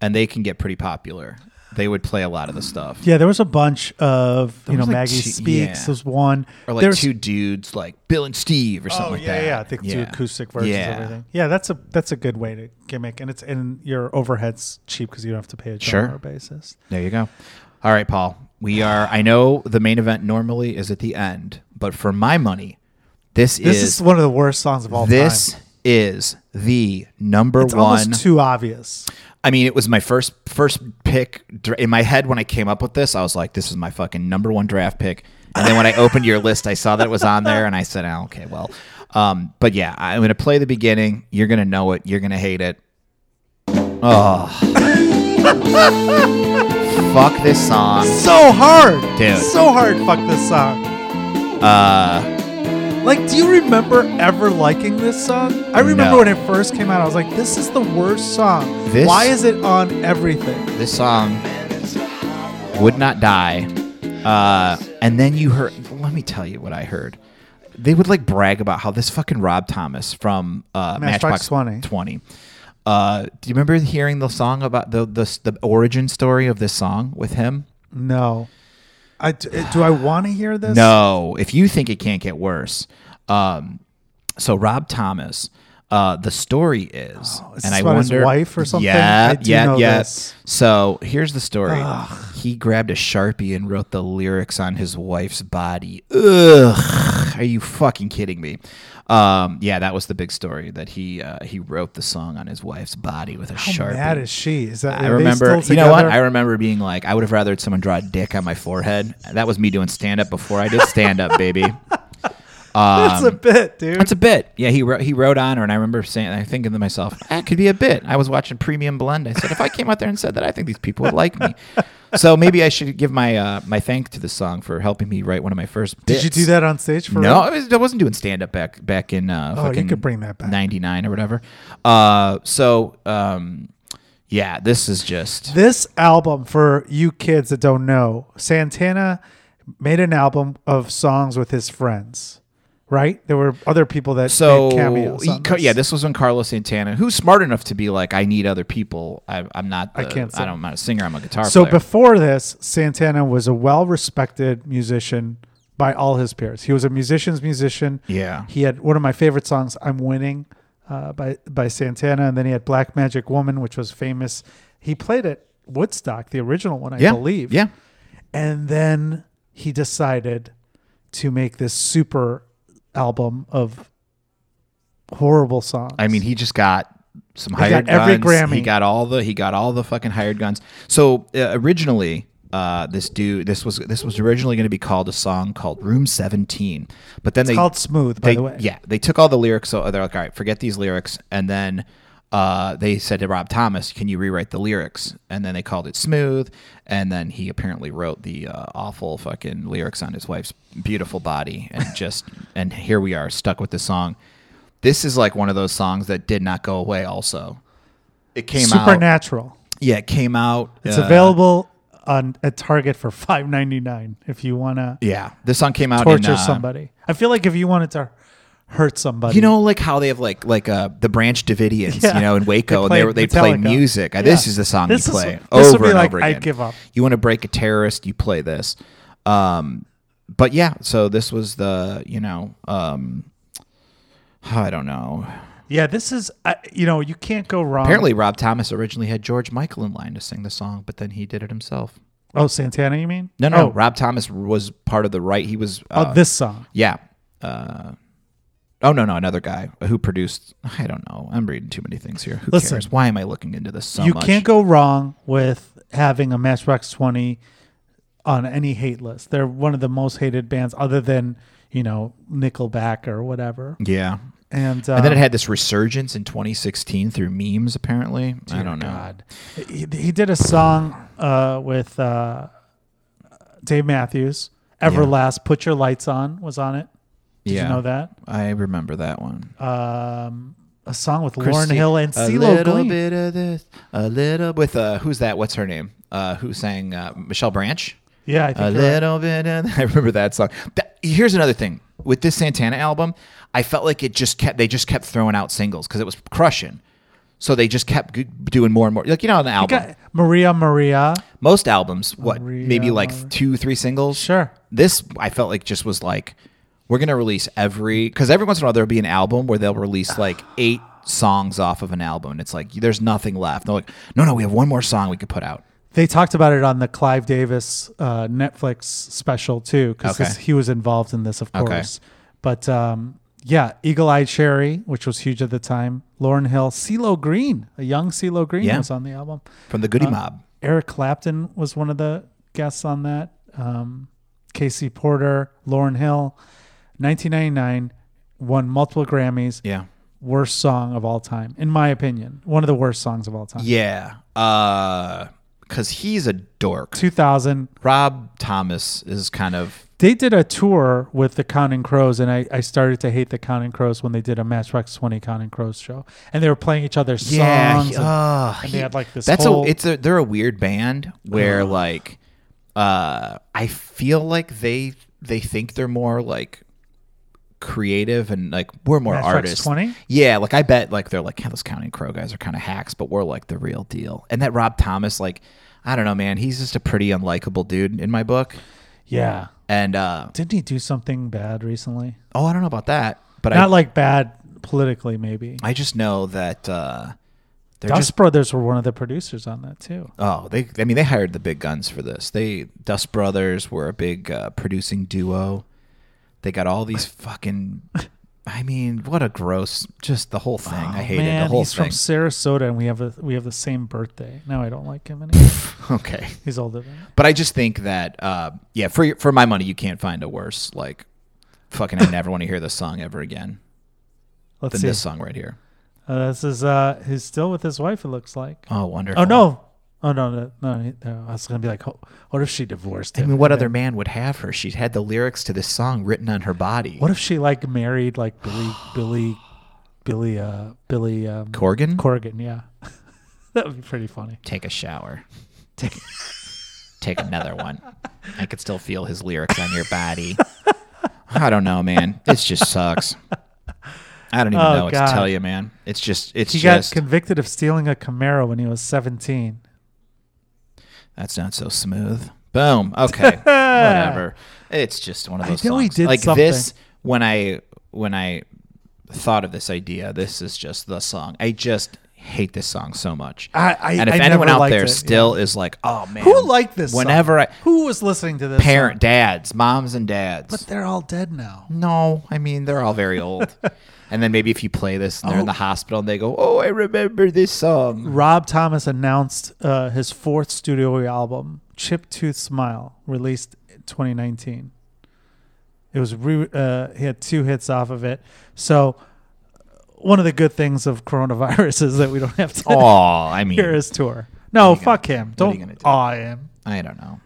Speaker 1: and they can get pretty popular. they would play a lot of the stuff.
Speaker 2: Yeah, there was a bunch of you know
Speaker 1: was, like,
Speaker 2: Maggie
Speaker 1: two-
Speaker 2: speaks.
Speaker 1: yeah.
Speaker 2: There's one.
Speaker 1: Or like
Speaker 2: There's-
Speaker 1: two dudes like Bill and Steve or something
Speaker 2: Oh
Speaker 1: like
Speaker 2: yeah,
Speaker 1: that.
Speaker 2: yeah. I think two acoustic versions
Speaker 1: Yeah.
Speaker 2: of everything. Yeah, that's a that's a good way to gimmick, and it's and your overhead's cheap because you don't have to pay a
Speaker 1: Sure.
Speaker 2: drummer or bassist.
Speaker 1: There you go. All right, Paul. We are I know the main event normally is at the end, but for my money, this,
Speaker 2: This
Speaker 1: is,
Speaker 2: is one of the worst songs of all
Speaker 1: this
Speaker 2: time.
Speaker 1: is the number
Speaker 2: It's
Speaker 1: one.
Speaker 2: almost too obvious.
Speaker 1: I mean, it was my first first pick dra- in my head when I came up with this. I was like, "This is my fucking number one draft pick." And then when I opened your list, I saw that it was on there, and I said, oh, "Okay, well." Um, but yeah, I'm gonna play the beginning. You're gonna know it. You're gonna hate it. Oh, fuck this song.
Speaker 2: So hard,
Speaker 1: Dude.
Speaker 2: So hard. Fuck this song.
Speaker 1: Uh,
Speaker 2: Like, do you remember ever liking this song? I remember
Speaker 1: No.
Speaker 2: when it first came out. I was like, this is the worst song.
Speaker 1: This-
Speaker 2: Why is it on everything?
Speaker 1: this song would not die. Uh, and then you heard. Let me tell you what I heard. They would like brag about how this fucking Rob Thomas from uh,
Speaker 2: Matchbox
Speaker 1: Matchbox
Speaker 2: 20.
Speaker 1: 20. Uh, do you remember hearing the song about the, the the origin story of this song with him?
Speaker 2: No. I d- do. I want to hear this.
Speaker 1: No, if you think it can't get worse. Um, so Rob Thomas, uh, the story is,
Speaker 2: Oh, is
Speaker 1: and
Speaker 2: this
Speaker 1: I
Speaker 2: about his
Speaker 1: wonder,
Speaker 2: wife or something?
Speaker 1: Yeah,
Speaker 2: I do
Speaker 1: yeah,
Speaker 2: know
Speaker 1: yeah.
Speaker 2: this.
Speaker 1: So here's the story. He grabbed a sharpie and wrote the lyrics on his wife's body. Ugh, are you fucking kidding me? Um, yeah, that was the big story that he uh, he wrote the song on his wife's body with a
Speaker 2: How
Speaker 1: sharpie.
Speaker 2: mad is she? Is that
Speaker 1: I
Speaker 2: are they
Speaker 1: remember,
Speaker 2: still
Speaker 1: you know what?
Speaker 2: together?
Speaker 1: I remember being like, I would have rather had someone draw a dick on my forehead. That was me doing stand up before I did stand up, baby. Um,
Speaker 2: That's a bit, dude.
Speaker 1: That's a bit. Yeah, he wrote, he wrote on her, and I remember saying, I thinking to myself, that could be a bit. I was watching Premium Blend. I said, if I came out there and said that, I think these people would like me. So maybe I should give my uh, my thank to the song for helping me write one of my first.
Speaker 2: Did
Speaker 1: Bits.
Speaker 2: you do that on stage for
Speaker 1: No,
Speaker 2: real?
Speaker 1: I, was, I wasn't doing stand up back back in uh,
Speaker 2: Oh, you
Speaker 1: fucking
Speaker 2: could bring that back.
Speaker 1: ninety nine or whatever. Uh, so um, yeah, this is just
Speaker 2: This album, for you kids that don't know, Santana made an album of songs with his friends, right? There were other people that
Speaker 1: so
Speaker 2: made cameos.
Speaker 1: he
Speaker 2: on
Speaker 1: co-
Speaker 2: this.
Speaker 1: yeah this was when carlos santana who's smart enough to be like i need other people I, i'm not
Speaker 2: I
Speaker 1: the-
Speaker 2: can't
Speaker 1: I
Speaker 2: sing.
Speaker 1: don't, i'm not a singer i'm a guitar
Speaker 2: So
Speaker 1: player
Speaker 2: before this, Santana was a well-respected musician by all his peers. He was a musician's musician.
Speaker 1: yeah
Speaker 2: He had one of my favorite songs, "I'm Winning," uh, by by Santana, and then he had "Black Magic Woman," which was famous. He played at Woodstock, the original one, I
Speaker 1: yeah
Speaker 2: believe.
Speaker 1: yeah
Speaker 2: And then he decided to make this super album of horrible songs.
Speaker 1: i mean he just got some
Speaker 2: got
Speaker 1: hired
Speaker 2: every
Speaker 1: guns. he
Speaker 2: Grammy.
Speaker 1: got all the he got all the fucking hired guns so uh, originally uh, this dude this was this was originally going to be called a song called room 17 but then they
Speaker 2: called Smooth, by
Speaker 1: they-
Speaker 2: the way.
Speaker 1: Yeah, they took all the lyrics. So they're like, all right, forget these lyrics. And then uh, they said to Rob Thomas, can you rewrite the lyrics? And then they called it Smooth. And then he apparently wrote the uh, awful fucking lyrics on his wife's beautiful body. And just, and here we are stuck with this song. This is like one of those songs that did not go away, also. It came out.
Speaker 2: Supernatural.
Speaker 1: Yeah, it came out.
Speaker 2: It's
Speaker 1: uh,
Speaker 2: available on at Target for five ninety nine if you want to
Speaker 1: Yeah. This song came out
Speaker 2: torture
Speaker 1: in, uh,
Speaker 2: somebody. I feel like if you wanted to hurt somebody,
Speaker 1: You know, like how they have like like uh the Branch Davidians,
Speaker 2: Yeah.
Speaker 1: you know, in Waco,
Speaker 2: They
Speaker 1: they,
Speaker 2: play
Speaker 1: were- they play
Speaker 2: Metallica.
Speaker 1: music. Uh,
Speaker 2: Yeah.
Speaker 1: This is the song
Speaker 2: This
Speaker 1: you
Speaker 2: is-
Speaker 1: play
Speaker 2: this would
Speaker 1: over
Speaker 2: be
Speaker 1: and
Speaker 2: like,
Speaker 1: over
Speaker 2: "I
Speaker 1: again.
Speaker 2: give up."
Speaker 1: You want to break a terrorist, you play this. Um, but yeah, so this was the you know, um, I don't know.
Speaker 2: yeah, this is uh, you know you can't go wrong.
Speaker 1: Apparently, Rob Thomas originally had George Michael in line to sing the song, but then he did it himself.
Speaker 2: oh Santana, you mean?
Speaker 1: No, no,
Speaker 2: oh,
Speaker 1: Rob Thomas was part of the right. He was
Speaker 2: oh,
Speaker 1: uh,
Speaker 2: this song.
Speaker 1: Yeah. Uh, oh no, no, another guy who produced. I don't know. I'm reading too many things here. Who
Speaker 2: Listen.
Speaker 1: cares? Why am I looking into this so
Speaker 2: you
Speaker 1: much?
Speaker 2: can't go wrong with having a Matchbox Twenty on any hate list. They're one of the most hated bands, other than you know Nickelback or whatever.
Speaker 1: yeah.
Speaker 2: And,
Speaker 1: and then
Speaker 2: um,
Speaker 1: it had this resurgence in 2016 through memes. Apparently, I don't know.
Speaker 2: He, he did a song uh, with uh, Dave Matthews. Everlast, put your lights on was on it. Did
Speaker 1: yeah,
Speaker 2: you know that?
Speaker 1: I remember that one.
Speaker 2: Um, a song with Lauren
Speaker 1: Christi-
Speaker 2: Hill and
Speaker 1: a
Speaker 2: CeeLo
Speaker 1: little
Speaker 2: Green.
Speaker 1: bit of this, a little with uh, who's that? What's her name? Uh, who sang uh, Michelle Branch?
Speaker 2: Yeah, I think
Speaker 1: A
Speaker 2: you're right.
Speaker 1: little bit of I remember that song. That- here's another thing with this Santana album, I felt like it just kept they just kept throwing out singles because it was crushing. So they just kept g- doing more and more. Like you know, an album,
Speaker 2: Got Maria Maria.
Speaker 1: most albums, what
Speaker 2: Maria
Speaker 1: maybe like
Speaker 2: Maria.
Speaker 1: two, three singles.
Speaker 2: Sure.
Speaker 1: This I felt like just was like we're gonna release every because every once in a while there'll be an album where they'll release like eight songs off of an album. And it's like there's nothing left. They're like, no, no, we have one more song we could put out.
Speaker 2: They talked about it on the Clive Davis uh, Netflix special too, because
Speaker 1: Okay.
Speaker 2: he was involved in this, of
Speaker 1: Okay.
Speaker 2: course. But um, yeah, Eagle Eye Cherry, which was huge at the time. Lauren Hill, CeeLo Green, a young CeeLo Green
Speaker 1: Yeah.
Speaker 2: was on the album.
Speaker 1: From the Goody Mob.
Speaker 2: Eric Clapton was one of the guests on that. Um, Casey Porter, Lauren Hill, 1999, won multiple Grammys.
Speaker 1: Yeah.
Speaker 2: Worst song of all time, in my opinion. One of the worst songs of all time.
Speaker 1: Yeah. Uh, cause he's a dork.
Speaker 2: 2000,
Speaker 1: Rob Thomas is kind of
Speaker 2: they did a tour with the Counting Crows, and I, I started to hate the Counting Crows when they did a Matchbox 20 Counting Crows show, and they were playing each other's songs.
Speaker 1: he-
Speaker 2: and-
Speaker 1: uh,
Speaker 2: and
Speaker 1: he-
Speaker 2: they had like this.
Speaker 1: That's
Speaker 2: whole, Uh-huh.
Speaker 1: a it's a they're a weird band where like uh I feel like they they think they're more like creative and like we're more
Speaker 2: Matchbox
Speaker 1: artists.
Speaker 2: 20?
Speaker 1: Yeah, like I bet like they're like yeah, those Counting Crow guys are kind of hacks, but we're like the real deal. And that Rob Thomas like I don't know, man, he's just a pretty unlikable dude in my book.
Speaker 2: yeah.
Speaker 1: And uh
Speaker 2: Didn't he do something bad recently?
Speaker 1: oh, I don't know about that, but I
Speaker 2: Not like bad politically, maybe.
Speaker 1: I just know that uh, they're
Speaker 2: Dust
Speaker 1: just
Speaker 2: Brothers were one of the producers on that too.
Speaker 1: oh they I mean they hired the big guns for this. They Dust Brothers were a big uh, producing duo. They got all these fucking. I mean, what a gross! Just the whole thing. I hated
Speaker 2: Oh, Man,
Speaker 1: the whole
Speaker 2: he's
Speaker 1: thing.
Speaker 2: from Sarasota, and we have a, we have the same birthday. Now I don't like him anymore.
Speaker 1: okay,
Speaker 2: he's older than me.
Speaker 1: but I just think that uh, yeah, for your- for my money, you can't find a worse like. Fucking, I never want to hear this song ever again
Speaker 2: Let's
Speaker 1: than
Speaker 2: see.
Speaker 1: this song right here.
Speaker 2: Uh, this is uh, he's still with his wife. It looks like.
Speaker 1: Oh, wonderful!
Speaker 2: Oh no! Oh no! No! no, he- no. I was gonna be like, oh, what if she divorced
Speaker 1: I
Speaker 2: him?
Speaker 1: mean, what
Speaker 2: And
Speaker 1: other
Speaker 2: then-
Speaker 1: man would have her? She had the lyrics to this song written on her body.
Speaker 2: What if she like married like Billy, Billy, Billy, uh, Billy um,
Speaker 1: Corgan?
Speaker 2: Corgan? Yeah, that would be pretty funny.
Speaker 1: take a shower. Take, take another one. I could still feel his lyrics on your body. I don't know, man. It just sucks. I don't even
Speaker 2: Oh,
Speaker 1: know what
Speaker 2: God.
Speaker 1: to tell you, man. It's just, it's
Speaker 2: He
Speaker 1: just,
Speaker 2: got convicted of stealing a Camaro when he was 17.
Speaker 1: that's not so smooth. Boom. Okay. Whatever. It's just one of
Speaker 2: I
Speaker 1: those
Speaker 2: know he
Speaker 1: songs.
Speaker 2: did
Speaker 1: like
Speaker 2: something.
Speaker 1: this, when I, when I thought of this idea, this is just the song. I just hate this song so much.
Speaker 2: I- I-
Speaker 1: and if
Speaker 2: I
Speaker 1: anyone
Speaker 2: never
Speaker 1: out
Speaker 2: liked
Speaker 1: there
Speaker 2: it,
Speaker 1: still is like, oh man,
Speaker 2: Who liked this? song?
Speaker 1: Whenever I,
Speaker 2: who was listening to this
Speaker 1: parent dads, moms and dads.
Speaker 2: song? They're all dead now.
Speaker 1: no, I mean they're all very old. and then maybe if you play this and they're in the hospital and they go, "Oh, I remember this song."
Speaker 2: Rob Thomas announced uh, his fourth studio album, Chip Tooth Smile, released in 2019. It was re- uh, he had two hits off of it. So one of the good things of coronavirus is that we don't have to
Speaker 1: Oh, I
Speaker 2: hear
Speaker 1: mean,
Speaker 2: his tour.
Speaker 1: What
Speaker 2: No,
Speaker 1: are you gonna-
Speaker 2: fuck him.
Speaker 1: what are you
Speaker 2: Don't
Speaker 1: gonna do?
Speaker 2: awe him.
Speaker 1: I don't know.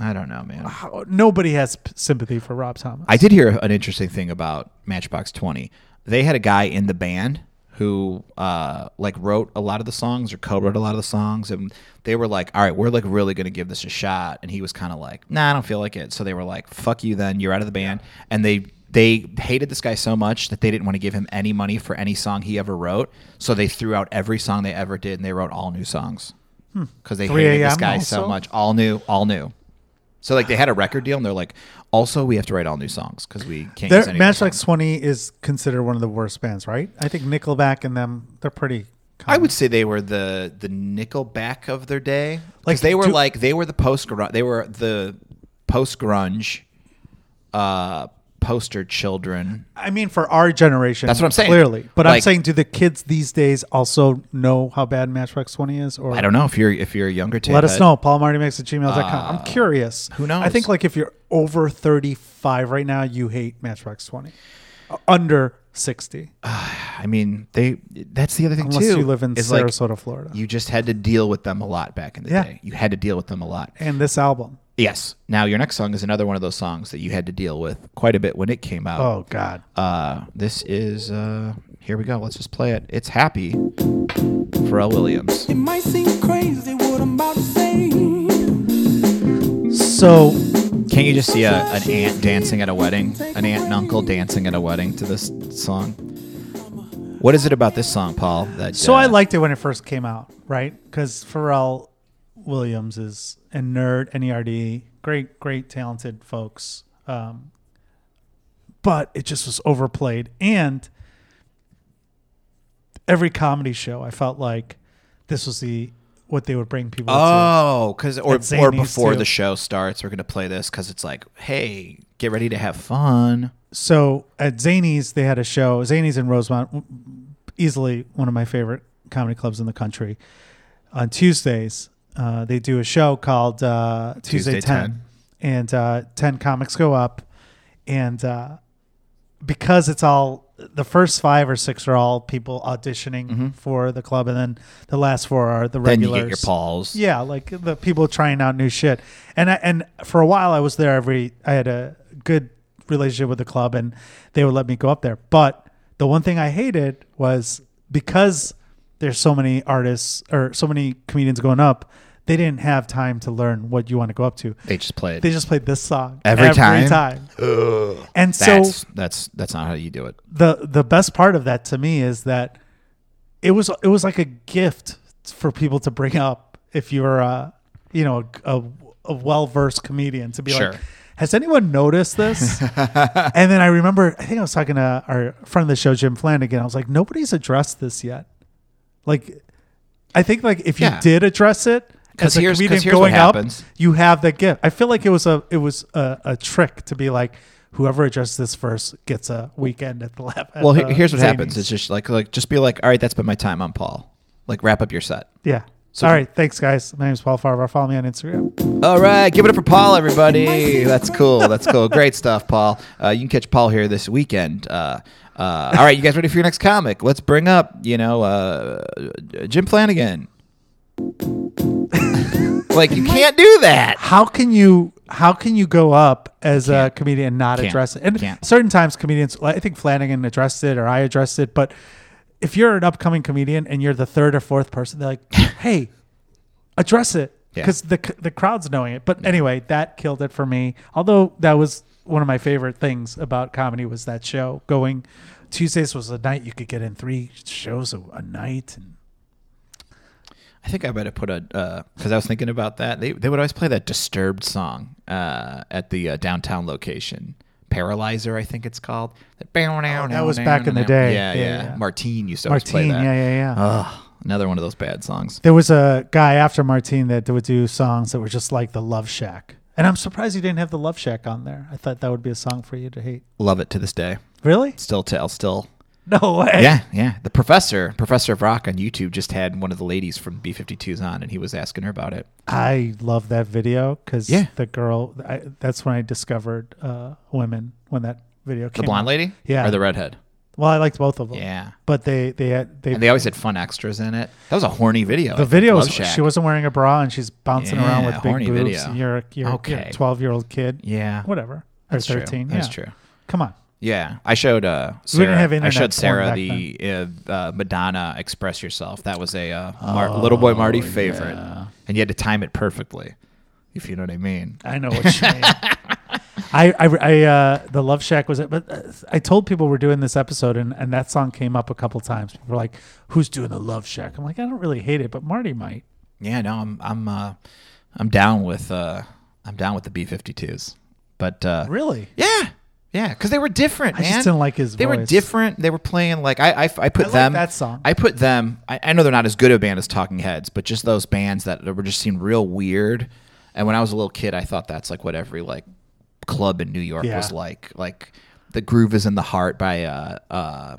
Speaker 1: I don't know, man.
Speaker 2: How- Nobody has p- sympathy for Rob Thomas.
Speaker 1: I did hear an interesting thing about Matchbox 20. They had a guy in the band who uh, like wrote a lot of the songs or co-wrote a lot of the songs and they were like, "All right, we're like really going to give this a shot." And he was kind of like, "Nah, I don't feel like it." So they were like, "Fuck you then. You're out of the band." And they they hated this guy so much that they didn't want to give him any money for any song he ever wrote. So they threw out every song they ever did and they wrote all new songs. Cuz they
Speaker 2: 3
Speaker 1: hated this
Speaker 2: AM
Speaker 1: guy so
Speaker 2: also?
Speaker 1: much. All new, all new. So like they had a record deal, and they're like, also we have to write all new songs because we can't.
Speaker 2: Their-
Speaker 1: use any of the
Speaker 2: Matchbox
Speaker 1: songs."
Speaker 2: 20 is considered one of the worst bands, right? I think Nickelback and them, they're pretty
Speaker 1: I
Speaker 2: common.
Speaker 1: would say they were the the Nickelback of their day. Like
Speaker 2: Like,
Speaker 1: they were
Speaker 2: do-
Speaker 1: like they were the post grunge. They were the post grunge uh, poster children.
Speaker 2: I mean, for our generation,
Speaker 1: That's what I'm saying.
Speaker 2: Clearly, but I'm
Speaker 1: Like-
Speaker 2: saying, do the kids these days also know how bad Matchbox Twenty is? Or
Speaker 1: I don't know if you're if you're a younger.
Speaker 2: Let us
Speaker 1: tapehead.
Speaker 2: know. paulmartymix at gmail.com. I'm curious.
Speaker 1: Uh, who knows?
Speaker 2: I think like if you're over 35 right now, you hate Matchbox Twenty. Uh, Under 60,
Speaker 1: I mean, they. That's the other thing
Speaker 2: unless
Speaker 1: too.
Speaker 2: you live in
Speaker 1: Uh, is, like,
Speaker 2: Sarasota, Florida,
Speaker 1: you just had to deal with them a lot back in the
Speaker 2: Yeah.
Speaker 1: day. You had to deal with them a lot.
Speaker 2: and this album.
Speaker 1: Yes. Now your next song is another one of those songs that you had to deal with quite a bit when it came out.
Speaker 2: Oh God,
Speaker 1: Uh, this is uh, here we go. Let's just play it. It's happy. Pharrell Williams.
Speaker 3: It might seem crazy what I'm about to say.
Speaker 2: so
Speaker 1: Can't you just see a, an aunt dancing at a wedding? An aunt and uncle dancing at a wedding to this song? What is it about this song, Paul? That
Speaker 2: So
Speaker 1: uh,
Speaker 2: I liked it when it first came out, right? Because Pharrell Williams is a nerd, N-E-R-D, great, great, talented folks. Um, but it just was overplayed, and every comedy show, I felt like this was the what they would bring people.
Speaker 1: Oh, because or
Speaker 2: At
Speaker 1: or
Speaker 2: Zany's,
Speaker 1: before
Speaker 2: too.
Speaker 1: the show starts, we're gonna play this because it's like, hey, get ready to have fun.
Speaker 2: to. So at Zany's, they had a show. Zany's in Rosemont, w- easily one of my favorite comedy clubs in the country. On Tuesdays, uh, they do a show called uh, Tuesday,
Speaker 1: Tuesday
Speaker 2: 10.
Speaker 1: 10.
Speaker 2: And uh, 10 comics go up. And uh, because it's all the first five or six are all people auditioning for the club. And then the last four are the
Speaker 1: Mm-hmm. Then you
Speaker 2: regulars.
Speaker 1: get your Pauls.
Speaker 2: Yeah, like the people trying out new shit. And I, and for a while I was there every I had a good relationship with the club and they would let me go up there. But the one thing I hated was because there's so many artists or so many comedians going up, they didn't have time to learn what you want to go up to.
Speaker 1: They just play it.
Speaker 2: They just played this song
Speaker 1: Every time?
Speaker 2: time. and so
Speaker 1: that's that's that's not how you do it.
Speaker 2: the the best part of that to me is that it was it was like a gift for people to bring up if you're a you know a, a, well versed comedian to be
Speaker 1: Sure.
Speaker 2: like has anyone noticed this and then I remember I think I was talking to our friend of the show Jim Flanagan I was like nobody's addressed this yet like I think like if you
Speaker 1: Yeah.
Speaker 2: did address it
Speaker 1: 'Cause
Speaker 2: as a
Speaker 1: here's- 'cause
Speaker 2: comedian
Speaker 1: here's what
Speaker 2: going up
Speaker 1: happens.
Speaker 2: you have that gift I feel like it was a it was a, a trick to be like whoever addresses this first gets a weekend at the lab at
Speaker 1: Well,
Speaker 2: the
Speaker 1: he- here's what happens.
Speaker 2: Zanies.
Speaker 1: It's just like like just be like, all right, that's been my time. I'm Paul. Like wrap up your set.
Speaker 2: Yeah.
Speaker 1: So-
Speaker 2: All right. Thanks, guys. My name is Paul Farvar. Follow me on Instagram.
Speaker 1: All right, give it up for Paul, everybody. That's cool. That's cool. Great stuff, Paul. Uh, you can catch Paul here this weekend. Uh, uh, all right, you guys ready for your next comic? Let's bring up, you know, uh, Jim Flanagan. like you can't do that.
Speaker 2: How can you how can you go up as a comedian and not
Speaker 1: Can't.
Speaker 2: address it? And
Speaker 1: Can't.
Speaker 2: certain times comedians like, I think Flanagan addressed it or I addressed it, but if you're an upcoming comedian and you're the third or fourth person, they're like, "Hey, address it."
Speaker 1: Yeah.
Speaker 2: Because the c- the crowd's knowing it. But anyway, that killed it for me. Although that was one of my favorite things about comedy was that show going Tuesdays was a night you could get in three shows a, a night and
Speaker 1: I think I better put a because I was thinking about that. They they would always play that disturbed song uh, at the uh, downtown location. Paralyzer, I think it's called. that
Speaker 2: Oh, was back in the day.
Speaker 1: Yeah, yeah.
Speaker 2: Yeah, yeah.
Speaker 1: Martine used to always play
Speaker 2: Martine,
Speaker 1: that.
Speaker 2: yeah, yeah, yeah.
Speaker 1: Ugh, another one of those bad songs.
Speaker 2: there was a guy after Martine that would do songs that were just like the Love Shack, and I'm surprised you didn't have the Love Shack on there. I thought that would be a song for you to hate.
Speaker 1: Love it to this day.
Speaker 2: Really?
Speaker 1: Still tell, still.
Speaker 2: No way.
Speaker 1: Yeah, yeah. The professor, Professor of Rock on YouTube, just had one of the ladies from B52s on, and he was asking her about it.
Speaker 2: I love that video because
Speaker 1: Yeah.
Speaker 2: the girl. I, that's when I discovered uh, women when that video
Speaker 1: The
Speaker 2: came.
Speaker 1: blonde
Speaker 2: out.
Speaker 1: lady,
Speaker 2: Yeah.
Speaker 1: or the redhead.
Speaker 2: Well, I liked both of them.
Speaker 1: Yeah.
Speaker 2: But they they had they.
Speaker 1: And they always had fun extras in it. That was a horny video.
Speaker 2: the
Speaker 1: I think.
Speaker 2: video
Speaker 1: Love
Speaker 2: was
Speaker 1: Shack.
Speaker 2: she wasn't wearing a bra and she's bouncing around
Speaker 1: Yeah,
Speaker 2: with big
Speaker 1: horny
Speaker 2: boobs.
Speaker 1: video.
Speaker 2: And you're you're
Speaker 1: Okay.
Speaker 2: you're a twelve year old kid.
Speaker 1: Yeah,
Speaker 2: Whatever.
Speaker 1: That's
Speaker 2: or
Speaker 1: true.
Speaker 2: thirteen.
Speaker 1: That's
Speaker 2: yeah.
Speaker 1: true.
Speaker 2: Come on.
Speaker 1: Yeah, I showed uh,
Speaker 2: We didn't
Speaker 1: Sarah.
Speaker 2: have
Speaker 1: I
Speaker 2: internet porn
Speaker 1: showed Sarah
Speaker 2: back
Speaker 1: the uh, uh, Madonna "Express Yourself." That was a uh, Mar-
Speaker 2: Oh,
Speaker 1: little boy Marty favorite, and you had to time it perfectly, if you know what I mean.
Speaker 2: I know what you mean. I, I, I, uh, the Love Shack was it, but uh, I told people we're doing this episode, and, and that song came up a couple times. People were like, "Who's doing the Love Shack?" I'm like, I don't really hate it, but Marty might.
Speaker 1: Yeah, no, I'm I'm uh, I'm down with uh, I'm down with the B52s, but uh,
Speaker 2: Really?
Speaker 1: yeah, yeah, because they were different.
Speaker 2: I just
Speaker 1: man.
Speaker 2: didn't like his
Speaker 1: They were
Speaker 2: voice.
Speaker 1: different. They were playing like I I, I put
Speaker 2: like
Speaker 1: them
Speaker 2: that song.
Speaker 1: I put them. I, I know they're not as good a band as Talking Heads, but just those bands that were just seemed real weird. And when I was a little kid, I thought that's like what every like club in New York
Speaker 2: Yeah.
Speaker 1: was like. Like the groove is in the heart by uh, uh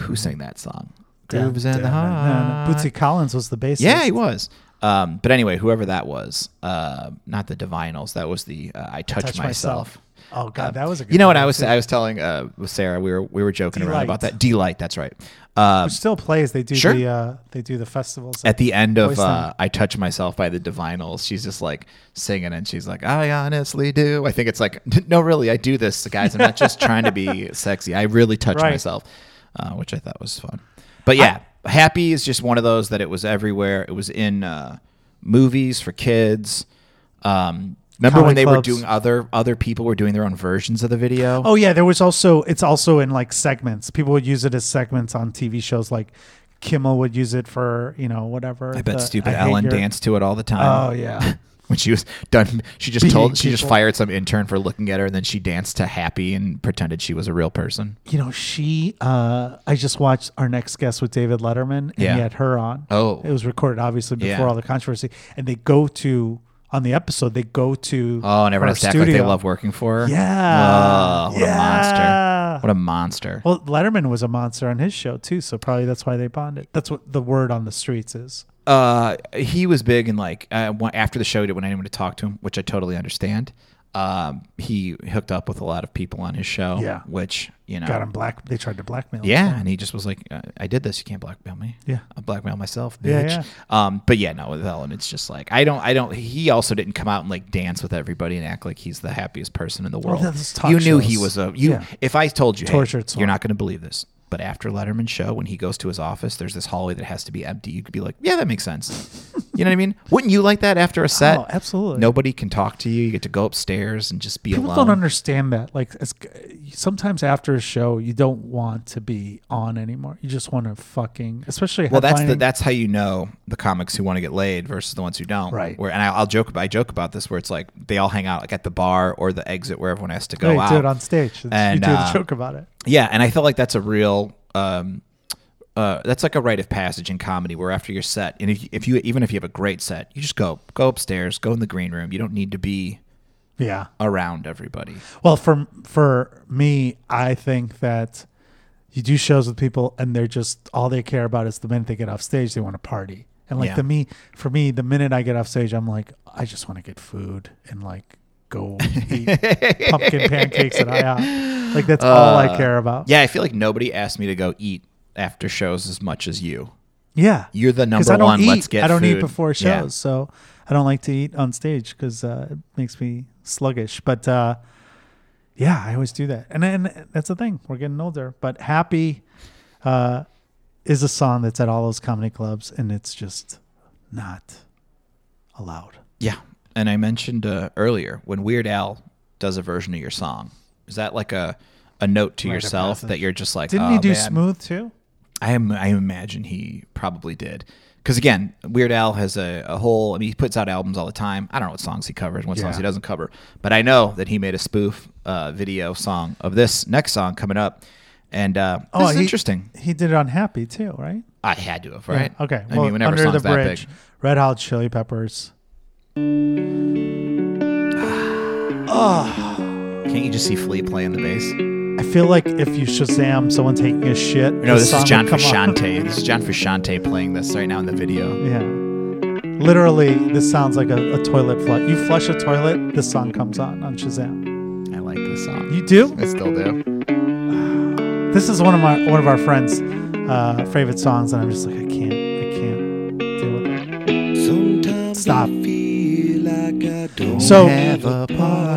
Speaker 1: who sang that song? Groove is in the heart.
Speaker 2: Bootsy Collins was the bassist.
Speaker 1: Yeah, he was. Um, but anyway, whoever that was, uh, not the Divinals, that was the uh, I Touch,
Speaker 2: Touch
Speaker 1: Myself.
Speaker 2: Myself. Oh God, that was a. Good
Speaker 1: Um, You know what
Speaker 2: one,
Speaker 1: I was
Speaker 2: too.
Speaker 1: I was telling uh, with Sarah we were we were joking around
Speaker 2: Delight.
Speaker 1: about that delight that's right uh,
Speaker 2: Which still plays. They do
Speaker 1: Sure.
Speaker 2: the uh, they do the festivals
Speaker 1: at the end of
Speaker 2: Voice line.
Speaker 1: uh, I touch myself by the Divinals she's just like singing and she's like I honestly do I think it's like no really I do this guys I'm not just trying to be sexy I really touch
Speaker 2: Right.
Speaker 1: myself uh, which I thought was fun but yeah happy is just one of those that it was everywhere it was in uh, movies for kids um, Remember
Speaker 2: Comedy
Speaker 1: when they were
Speaker 2: clubs.
Speaker 1: doing other other people were doing their own versions of the video?
Speaker 2: Oh yeah, there was also it's also in like segments. People would use it as segments on TV shows. Like Kimmel would use it for you know whatever.
Speaker 1: I bet
Speaker 2: the-
Speaker 1: stupid
Speaker 2: hate
Speaker 1: Ellen
Speaker 2: your-
Speaker 1: danced to it all the time.
Speaker 2: Oh yeah,
Speaker 1: When she was done, she just
Speaker 2: Beating
Speaker 1: told she just
Speaker 2: people.
Speaker 1: fired some intern for looking at her, and then she danced to "Happy" and pretended she was a real person.
Speaker 2: you know she. uh I just watched our next guest with David Letterman, and
Speaker 1: Yeah.
Speaker 2: he had her on.
Speaker 1: Oh.
Speaker 2: it was recorded obviously before
Speaker 1: Yeah.
Speaker 2: all the controversy, and they go to on the episode they go to
Speaker 1: Oh, and everyone
Speaker 2: her
Speaker 1: has to act like they
Speaker 2: studio.
Speaker 1: love working for her.
Speaker 2: Yeah.
Speaker 1: Oh, what a
Speaker 2: Yeah.
Speaker 1: monster! What a monster!
Speaker 2: Well, Letterman was a monster on his show too, so probably that's why they bonded. That's what the word on the streets is.
Speaker 1: uh, he was big and like uh, wa- after the show, he didn't want anyone to talk to him, which I totally understand. Um, he hooked up with a lot of people on his show.
Speaker 2: Yeah.
Speaker 1: which you know
Speaker 2: Got him black. They tried to blackmail. him.
Speaker 1: Yeah, and he just was like, "I- "I did this. You can't blackmail me.
Speaker 2: Yeah.
Speaker 1: I blackmail myself,
Speaker 2: Yeah,
Speaker 1: bitch."
Speaker 2: yeah.
Speaker 1: Um, but yeah, no, with Ellen, it's just like I don't, I don't. He also didn't come out and like dance with everybody and act like he's the happiest person in the world.
Speaker 2: Oh, that's talk
Speaker 1: you knew he
Speaker 2: shows.
Speaker 1: was a you.
Speaker 2: Yeah.
Speaker 1: If I told you, hey,
Speaker 2: Tortured soul.
Speaker 1: you're not going to believe this, but after Letterman's show, when he goes to his office, there's this hallway that has to be empty. You could be like, "Yeah, that makes sense." you know what I mean? Wouldn't you like that after a set?
Speaker 2: Oh, absolutely.
Speaker 1: Nobody can talk to you. You get to go upstairs and just be
Speaker 2: People
Speaker 1: alone.
Speaker 2: don't understand that. Like, it's, sometimes after a show, you don't want to be on anymore. You just want to fucking, especially.
Speaker 1: Well, that's the,
Speaker 2: headlining.
Speaker 1: that's how you know the comics who want to get laid versus the ones who don't.
Speaker 2: Right.
Speaker 1: Where and I, I'll joke about I joke about this where it's like they all hang out like at the bar or the exit where everyone has to go
Speaker 2: Hey,
Speaker 1: out.
Speaker 2: do it on stage. It's-
Speaker 1: And,
Speaker 2: you do
Speaker 1: uh,
Speaker 2: a joke about it.
Speaker 1: yeah, and I feel like that's a real. Um, uh, that's like a rite of passage in comedy where after your set and if, if you even if you have a great set you just go go upstairs go in the green room you don't need to be
Speaker 2: Yeah.
Speaker 1: around everybody
Speaker 2: Well, for for me, I think that you do shows with people, and they're just all they care about is the minute they get off stage, they want to party. And like
Speaker 1: Yeah.
Speaker 2: the me, for me, the minute I get off stage, I'm like, I just want to get food and like go eat pumpkin pancakes at IHOP. Like that's all I care about.
Speaker 1: Uh, yeah i feel like nobody asked me to go eat after shows as much as you
Speaker 2: yeah.
Speaker 1: you're the number
Speaker 2: Because I don't
Speaker 1: one
Speaker 2: eat.
Speaker 1: let's get
Speaker 2: I don't eat
Speaker 1: food.
Speaker 2: before shows,
Speaker 1: Yeah.
Speaker 2: so I don't like to eat on stage because uh, it makes me sluggish. But uh, yeah, I always do that, and and that's the thing. We're getting older, but happy uh, is a song that's at all those comedy clubs, and it's just not allowed.
Speaker 1: Yeah, and I mentioned uh, earlier when Weird Al does a version of your song, is that like a a note to
Speaker 2: Rite of
Speaker 1: yourself
Speaker 2: passage.
Speaker 1: that you're just like,
Speaker 2: Didn't
Speaker 1: "Oh,
Speaker 2: he do
Speaker 1: man."
Speaker 2: smooth too?
Speaker 1: I am. I imagine he probably did. Because again, Weird Al has a, a whole. I mean, he puts out albums all the time. I don't know what songs he covers, and what songs
Speaker 2: Yeah.
Speaker 1: he doesn't cover, but I know that he made a spoof uh, video song of this next song coming up, and uh, this is
Speaker 2: Oh, he-
Speaker 1: interesting.
Speaker 2: He did it on Happy too, right?
Speaker 1: I had to have right.
Speaker 2: Okay.
Speaker 1: I mean, whenever
Speaker 2: under
Speaker 1: songs
Speaker 2: the
Speaker 1: that
Speaker 2: bridge,
Speaker 1: big,
Speaker 2: Red Hot Chili Peppers.
Speaker 1: can't you just see Flea playing the bass?
Speaker 2: I feel like if you Shazam someone taking a shit,
Speaker 1: No, this is
Speaker 2: song
Speaker 1: John
Speaker 2: would come on.
Speaker 1: Frusciante. This is John Frusciante playing this right now in the video.
Speaker 2: Yeah. Literally, this sounds like a, a toilet flush. You flush a toilet, this song comes on on Shazam.
Speaker 1: I like this song.
Speaker 2: You do?
Speaker 1: I still do.
Speaker 2: This is one of my one of our friends' uh, favorite songs, and I'm just like, I can't, I can't deal with it.
Speaker 3: Sometimes
Speaker 2: Stop.
Speaker 3: I feel like I don't
Speaker 2: So-
Speaker 1: have a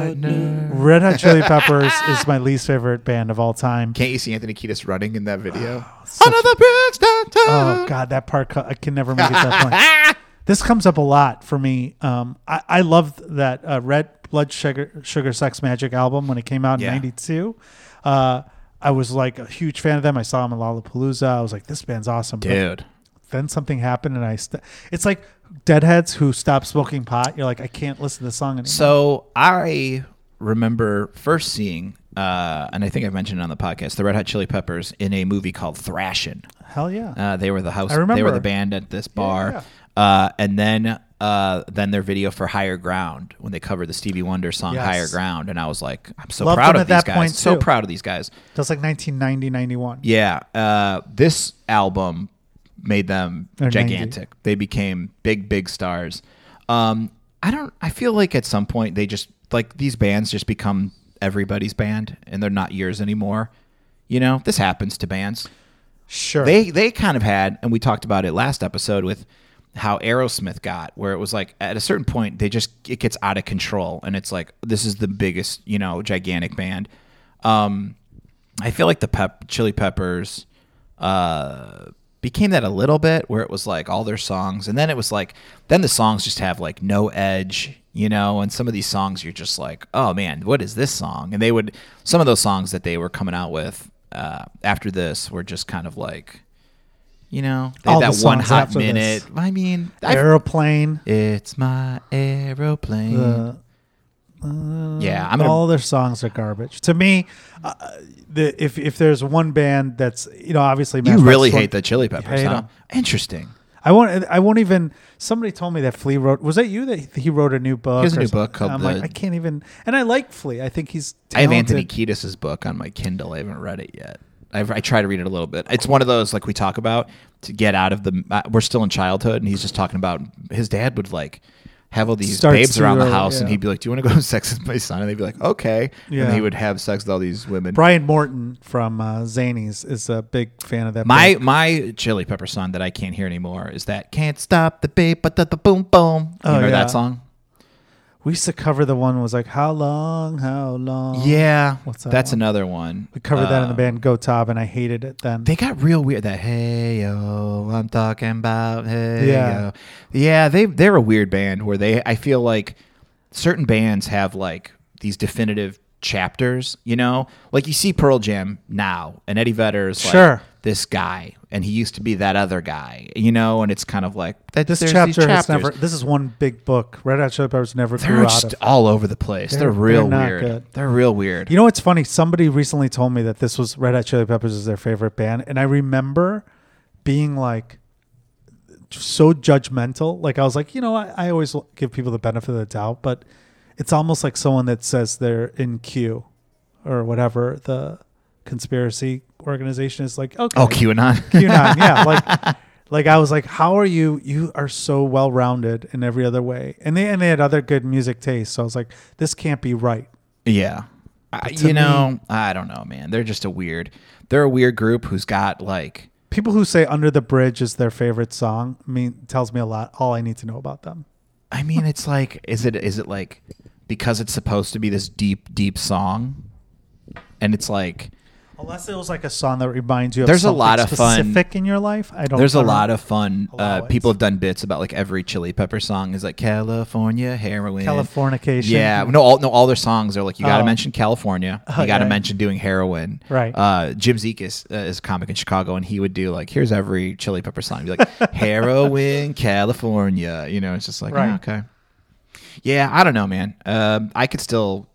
Speaker 1: partner.
Speaker 2: Red Hot Chili Peppers is my least favorite band of all time.
Speaker 1: Can't you see Anthony Kiedis running in that video?
Speaker 3: Ah,
Speaker 2: such-
Speaker 1: Another bridge downtown.
Speaker 2: Oh God, that part co- I can never make it to that point.
Speaker 1: Ah!
Speaker 2: this comes up a lot for me. Um, I, I loved that uh, Red Blood Sugar Sugar Sex Magic album when it came out in
Speaker 1: Yeah.
Speaker 2: '92. Uh, I was like a huge fan of them. I saw them in Lollapalooza. I was like, this band's awesome. But
Speaker 1: Dude.
Speaker 2: then something happened, and I st- it's like Deadheads who stop smoking pot. You're like, I can't listen to this song anymore.
Speaker 1: So I remember first seeing, uh, and I think I've mentioned it on the podcast, the Red Hot Chili Peppers in a movie called Thrashin'.
Speaker 2: Hell yeah.
Speaker 1: Uh, they were the house.
Speaker 2: I
Speaker 1: They were
Speaker 2: remember.
Speaker 1: the band at this bar.
Speaker 2: yeah,
Speaker 1: Uh, and then uh, then their video for Higher Ground when they covered the Stevie Wonder song
Speaker 2: Yes.
Speaker 1: Higher Ground, and I was like, I'm so
Speaker 2: Loved
Speaker 1: proud of
Speaker 2: them at
Speaker 1: these
Speaker 2: that
Speaker 1: guys.
Speaker 2: point,
Speaker 1: so
Speaker 2: too.
Speaker 1: proud of these guys.
Speaker 2: That's like 1990, 91.
Speaker 1: Yeah. Uh, this album made them
Speaker 2: They're 90.
Speaker 1: gigantic. They became big, big stars. Um, I don't. I feel like at some point they just like these bands just become everybody's band, and they're not yours anymore. You know, this happens to bands
Speaker 2: Sure.
Speaker 1: they they kind of had and we talked about it last episode with how aerosmith got where it was like at a certain point they just it gets out of control and it's like this is the biggest you know gigantic band um i feel like the pep chili peppers uh became that a little bit where it was like all their songs and then it was like then the songs just have like no edge you know and some of these songs you're just like oh man what is this song and they would some of those songs that they were coming out with uh, after this were just kind of like you know they
Speaker 2: All
Speaker 1: had
Speaker 2: the
Speaker 1: that one
Speaker 2: songs
Speaker 1: hot
Speaker 2: after this.
Speaker 1: minute i mean I've-
Speaker 2: Aeroplane.
Speaker 1: it's my aeroplane
Speaker 2: Uh,
Speaker 1: Mm. yeah i'm gonna
Speaker 2: all their songs are garbage. To me, uh, the if if there's one band that's you know obviously
Speaker 1: you
Speaker 2: Matchbox
Speaker 1: really
Speaker 2: Twenty-
Speaker 1: hate the chili peppers
Speaker 2: hate
Speaker 1: huh?
Speaker 2: 'em.
Speaker 1: interesting
Speaker 2: I won't. I won't even. Somebody told me that Flea wrote. Was that you that he wrote a new book?
Speaker 1: He has a
Speaker 2: or
Speaker 1: new
Speaker 2: something?
Speaker 1: book called
Speaker 2: I'm like,
Speaker 1: the-
Speaker 2: I can't even. And I like Flea. I think he's.
Speaker 1: I have
Speaker 2: Talented.
Speaker 1: Anthony Kiedis's book on my Kindle. I haven't read it yet. I've, I try to read it a little bit. It's one of those like we talk about to get out of the. Uh, we're still in childhood, and he's just talking about his dad would like have all these
Speaker 2: Starts
Speaker 1: babes
Speaker 2: too
Speaker 1: around the
Speaker 2: early,
Speaker 1: house, and
Speaker 2: yeah.
Speaker 1: he'd be like, "Do you want to go have sex with my son?" And they'd be like, "Okay," and
Speaker 2: Yeah.
Speaker 1: he would have sex with all these women.
Speaker 2: Brian Morton from uh, Zanies is a big fan of that.
Speaker 1: my
Speaker 2: band.
Speaker 1: my Chili Pepper song that I can't hear anymore is that "Can't Stop the Beat," but the boom boom. You
Speaker 2: Oh,
Speaker 1: remember
Speaker 2: yeah.
Speaker 1: that song?
Speaker 2: we used to cover the one was like how long, how long.
Speaker 1: Yeah,
Speaker 2: Oh. What's that
Speaker 1: that's
Speaker 2: one?
Speaker 1: another one.
Speaker 2: we covered that in the
Speaker 1: Um,
Speaker 2: band Go Tob, and I hated it then.
Speaker 1: They got real weird. That hey yo, I'm talking about hey
Speaker 2: Yeah.
Speaker 1: yo. Yeah, they they're a weird band where they I feel like certain bands have like these definitive chapters, you know? Like you see Pearl Jam now and Eddie Vedder is like
Speaker 2: Sure.
Speaker 1: this guy and he used to be that other guy, you know, and it's kind of like that
Speaker 2: this
Speaker 1: there's
Speaker 2: chapter
Speaker 1: these
Speaker 2: has
Speaker 1: chapters.
Speaker 2: never. This is one big book. Red Hot Chili Peppers never
Speaker 1: they're
Speaker 2: grew out of.
Speaker 1: just all over the place. They're,
Speaker 2: They're-
Speaker 1: real
Speaker 2: they're not
Speaker 1: weird.
Speaker 2: good.
Speaker 1: They're real weird.
Speaker 2: You know what's funny? Somebody recently told me that this was Red Hot Chili Peppers is their favorite band, and I remember being like so judgmental. Like I was like, you know, I, I always give people the benefit of the doubt, but it's almost like someone that says they're in Q or whatever the conspiracy organization is like. Okay,
Speaker 1: oh, QAnon.
Speaker 2: QAnon, yeah. Like, like I was like, how are you? You are so well rounded in every other way, and they and they had other good music taste. So I was like, this can't be right.
Speaker 1: Yeah. I,
Speaker 2: to
Speaker 1: you know, I don't know, man. They're just a weird. They're a weird group who's got like
Speaker 2: People who say "Under the Bridge" is their favorite song mean tells me a lot. All I need to know about them.
Speaker 1: I mean, it's like is it is it like because it's supposed to be this deep deep song and it's like
Speaker 2: Unless it was like a song that reminds you. of
Speaker 1: There's a
Speaker 2: something
Speaker 1: lot of fun-
Speaker 2: specific in your life. I don't.
Speaker 1: there's
Speaker 2: I
Speaker 1: a
Speaker 2: don't-
Speaker 1: lot of fun uh,
Speaker 2: Allow it.
Speaker 1: people have done bits about like every chili pepper song is like California heroin
Speaker 2: Californication.
Speaker 1: Yeah, no, all no, all their songs are like you got to
Speaker 2: Oh.
Speaker 1: mention California, you got to
Speaker 2: Okay.
Speaker 1: mention doing heroin.
Speaker 2: Right.
Speaker 1: Uh, Jim Zeke is, uh, is a comic in Chicago, and he would do like here's every Chili Pepper song, He'd be like heroin, California. You know, it's just like
Speaker 2: Right.
Speaker 1: oh, okay. Yeah, I don't know, man. Um, I could still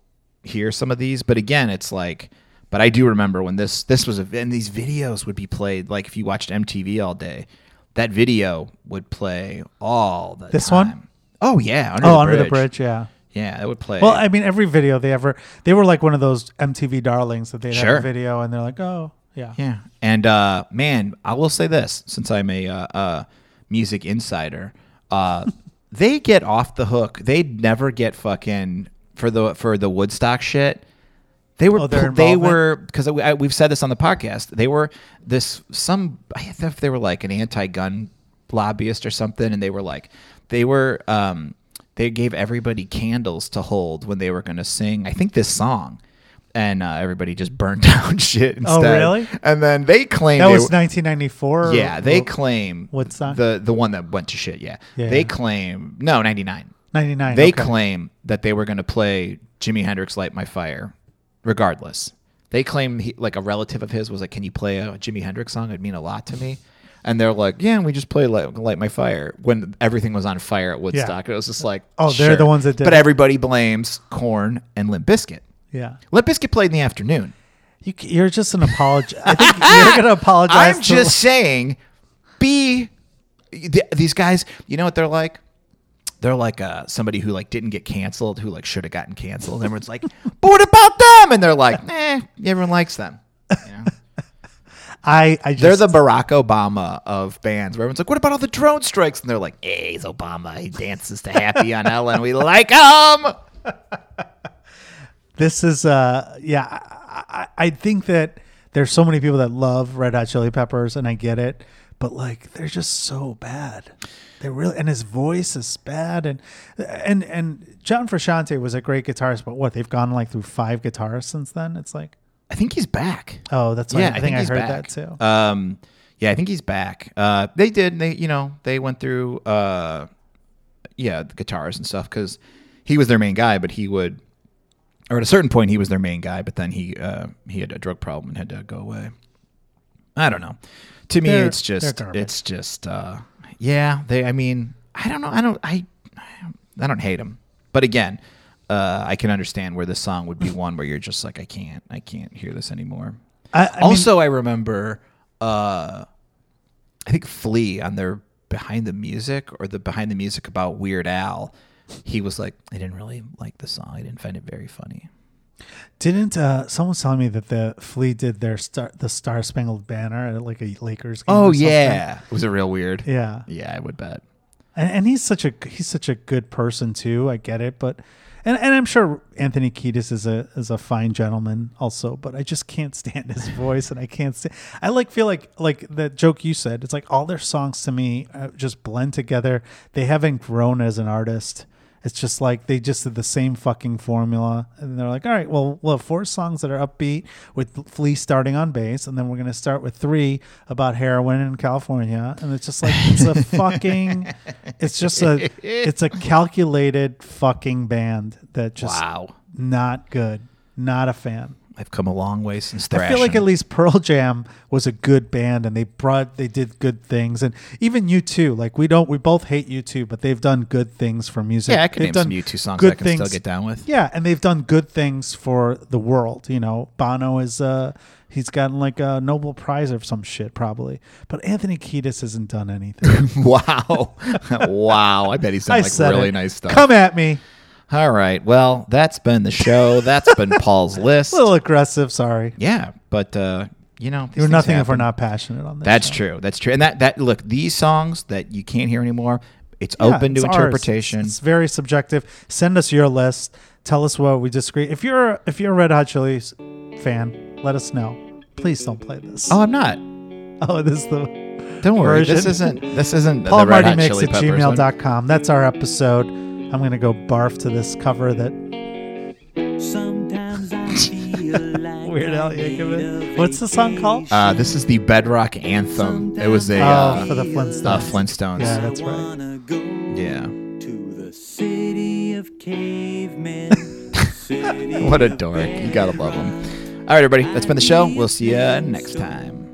Speaker 1: hear some of these, but again, it's like. But I do remember when this this was a and these videos would be played like if you watched MTV all day, that video would play all the
Speaker 2: This
Speaker 1: time.
Speaker 2: one?
Speaker 1: Oh yeah, under
Speaker 2: oh,
Speaker 1: the
Speaker 2: under the
Speaker 1: bridge.
Speaker 2: bridge. Yeah.
Speaker 1: Yeah, that would play.
Speaker 2: Well, I mean, every video they ever they were like one of those MTV darlings that they had
Speaker 1: Sure.
Speaker 2: a video and they're like, oh yeah,
Speaker 1: Yeah. And uh, man, I will say this since I'm a uh, uh, music insider, uh, they get off the hook. They never get fucking for the for the Woodstock shit. They were
Speaker 2: Oh, their
Speaker 1: they
Speaker 2: involvement?
Speaker 1: were because we've said this on the podcast. They were this some I don't know if they were like an anti-gun lobbyist or something, and they were like they were um, they gave everybody candles to hold when they were going to sing. I think this song, and uh, everybody just burned down shit
Speaker 2: Oh,
Speaker 1: instead.
Speaker 2: really?
Speaker 1: And then they claim
Speaker 2: That
Speaker 1: they
Speaker 2: was
Speaker 1: were-
Speaker 2: 1994.
Speaker 1: yeah, they
Speaker 2: Well,
Speaker 1: claim
Speaker 2: what song?
Speaker 1: the the one that went to shit. Yeah,
Speaker 2: Yeah.
Speaker 1: they claim no ninety nine.
Speaker 2: 99.
Speaker 1: They
Speaker 2: okay.
Speaker 1: claim that they were going to play Jimi Hendrix "Light My Fire," regardless. They claim he, like a relative of his was like, "Can you play a Jimi Hendrix song? It'd mean a lot to me." And they're like, "Yeah, we just played Light, Light My Fire" when everything was on fire at Woodstock. It was just like,
Speaker 2: Oh, they're
Speaker 1: sure.
Speaker 2: the ones that did
Speaker 1: But
Speaker 2: it.
Speaker 1: everybody blames Corn and Limp Bizkit.
Speaker 2: Yeah.
Speaker 1: Limp Bizkit played in the afternoon.
Speaker 2: You, c- you're just an apology. I think you're gonna apologize.
Speaker 1: I'm
Speaker 2: to-
Speaker 1: just saying, be th- these guys. You know what they're like? They're like uh, somebody who like didn't get canceled, who like should have gotten canceled. Everyone's like, but what about them? And they're like, eh, everyone likes them. You know?
Speaker 2: I. I just,
Speaker 1: They're the Barack Obama of bands. Where everyone's like, what about all the drone strikes? And they're like, hey, he's Obama. He dances to Happy on Ellen. We like him.
Speaker 2: this is uh yeah I, I I think that there's so many people that love red hot chili peppers and i get it but like they're just so bad they really and his voice is bad and and and john frusciante was a great guitarist but what they've gone like through five guitarists since then it's like
Speaker 1: I think he's back.
Speaker 2: oh that's why
Speaker 1: yeah,
Speaker 2: i think i,
Speaker 1: he's
Speaker 2: heard
Speaker 1: back.
Speaker 2: that too
Speaker 1: Um, yeah, I think he's back. Uh, they did. They, you know, they went through, uh, yeah, the guitars and stuff because he was their main guy, but he would, or at a certain point, he was their main guy, but then he uh, he had a drug problem and had to go away. I don't know. To me,
Speaker 2: They're-
Speaker 1: it's just
Speaker 2: they're garbage.
Speaker 1: it's just uh, yeah. They, I mean, I don't know. I don't I I don't hate them, but again. Uh, I can understand where this song would be one where you're just like I can't, I can't hear this anymore
Speaker 2: I, I mean,
Speaker 1: also, I remember, uh, I think Flea on their Behind the Music or the Behind the Music about Weird Al, he was like, I didn't really like the song. I didn't find it very funny.
Speaker 2: didn't uh, someone was telling me that the Flea did their star, the Star Spangled Banner at like a Lakers game?
Speaker 1: Oh,
Speaker 2: or something?
Speaker 1: Was it real weird?
Speaker 2: Oh, yeah.
Speaker 1: Yeah, I would bet.
Speaker 2: And, and he's such a he's such a good person too. I get it, but and, and I'm sure Anthony Kiedis is a is a fine gentleman also. But I just can't stand his voice, and I can't stand. I like feel like like that joke you said. It's like all their songs to me uh, just blend together. They haven't grown as an artist. It's just like they just did the same fucking formula, and they're like, "All right, well, we'll have four songs that are upbeat with Flea starting on bass, and then we're gonna start with three about heroin in California." And it's just like it's a fucking, it's just a, it's a calculated fucking band that just
Speaker 1: wow.
Speaker 2: not good, not a fan.
Speaker 1: I've come a long way since
Speaker 2: I feel like
Speaker 1: thrashing.
Speaker 2: at least Pearl Jam was a good band and they brought they did good things and even you too like we don't we both hate you too but they've done good things for music.
Speaker 1: yeah, I could
Speaker 2: They've
Speaker 1: name some
Speaker 2: done
Speaker 1: U2 songs
Speaker 2: good
Speaker 1: I can still
Speaker 2: things-
Speaker 1: get down with.
Speaker 2: Yeah, and they've done good things for the world, you know. Bono is uh he's gotten like a Nobel Prize or some shit probably. But Anthony Kiedis hasn't done anything.
Speaker 1: wow. wow. I bet he's done
Speaker 2: I
Speaker 1: like
Speaker 2: said
Speaker 1: really
Speaker 2: it.
Speaker 1: nice stuff.
Speaker 2: Come at me.
Speaker 1: All right. Well, that's been the show. That's been Paul's list.
Speaker 2: A little aggressive, sorry.
Speaker 1: Yeah, but uh, you know, these
Speaker 2: We're
Speaker 1: things
Speaker 2: nothing if we're
Speaker 1: happen.
Speaker 2: not passionate on this.
Speaker 1: That's
Speaker 2: show.
Speaker 1: true. That's true. And that that look, these songs that you can't hear anymore, it's
Speaker 2: Yeah,
Speaker 1: open to
Speaker 2: it's ours.
Speaker 1: interpretation.
Speaker 2: It's very subjective. Send us your list. Tell us what we disagree. If you're if you're a Red Hot Chilies fan, let us know. Please don't play this.
Speaker 1: Oh, I'm not.
Speaker 2: oh this is the
Speaker 1: Don't worry. This
Speaker 2: Version.
Speaker 1: isn't. This isn't the
Speaker 2: Paul
Speaker 1: Red
Speaker 2: Marty
Speaker 1: Hot
Speaker 2: Mix
Speaker 1: Chili
Speaker 2: at
Speaker 1: Peppers one.
Speaker 2: gmail.com. That's our episode. I'm gonna go barf to this cover that
Speaker 3: Sometimes I feel like
Speaker 2: Weird Al
Speaker 3: I'm made
Speaker 2: Yankovic.
Speaker 3: of
Speaker 2: What's the song called?
Speaker 1: Uh, this is the Bedrock Anthem. It was a
Speaker 2: oh,
Speaker 1: uh,
Speaker 2: for the
Speaker 1: uh,
Speaker 2: Flintstones.
Speaker 1: Flintstones.
Speaker 2: Yeah,
Speaker 1: Yeah.
Speaker 2: that's
Speaker 3: I
Speaker 2: right.
Speaker 3: wanna go to the city of cavemen. city
Speaker 1: What a dork. You gotta love them. All right, everybody. That's been the show. We'll see you next time.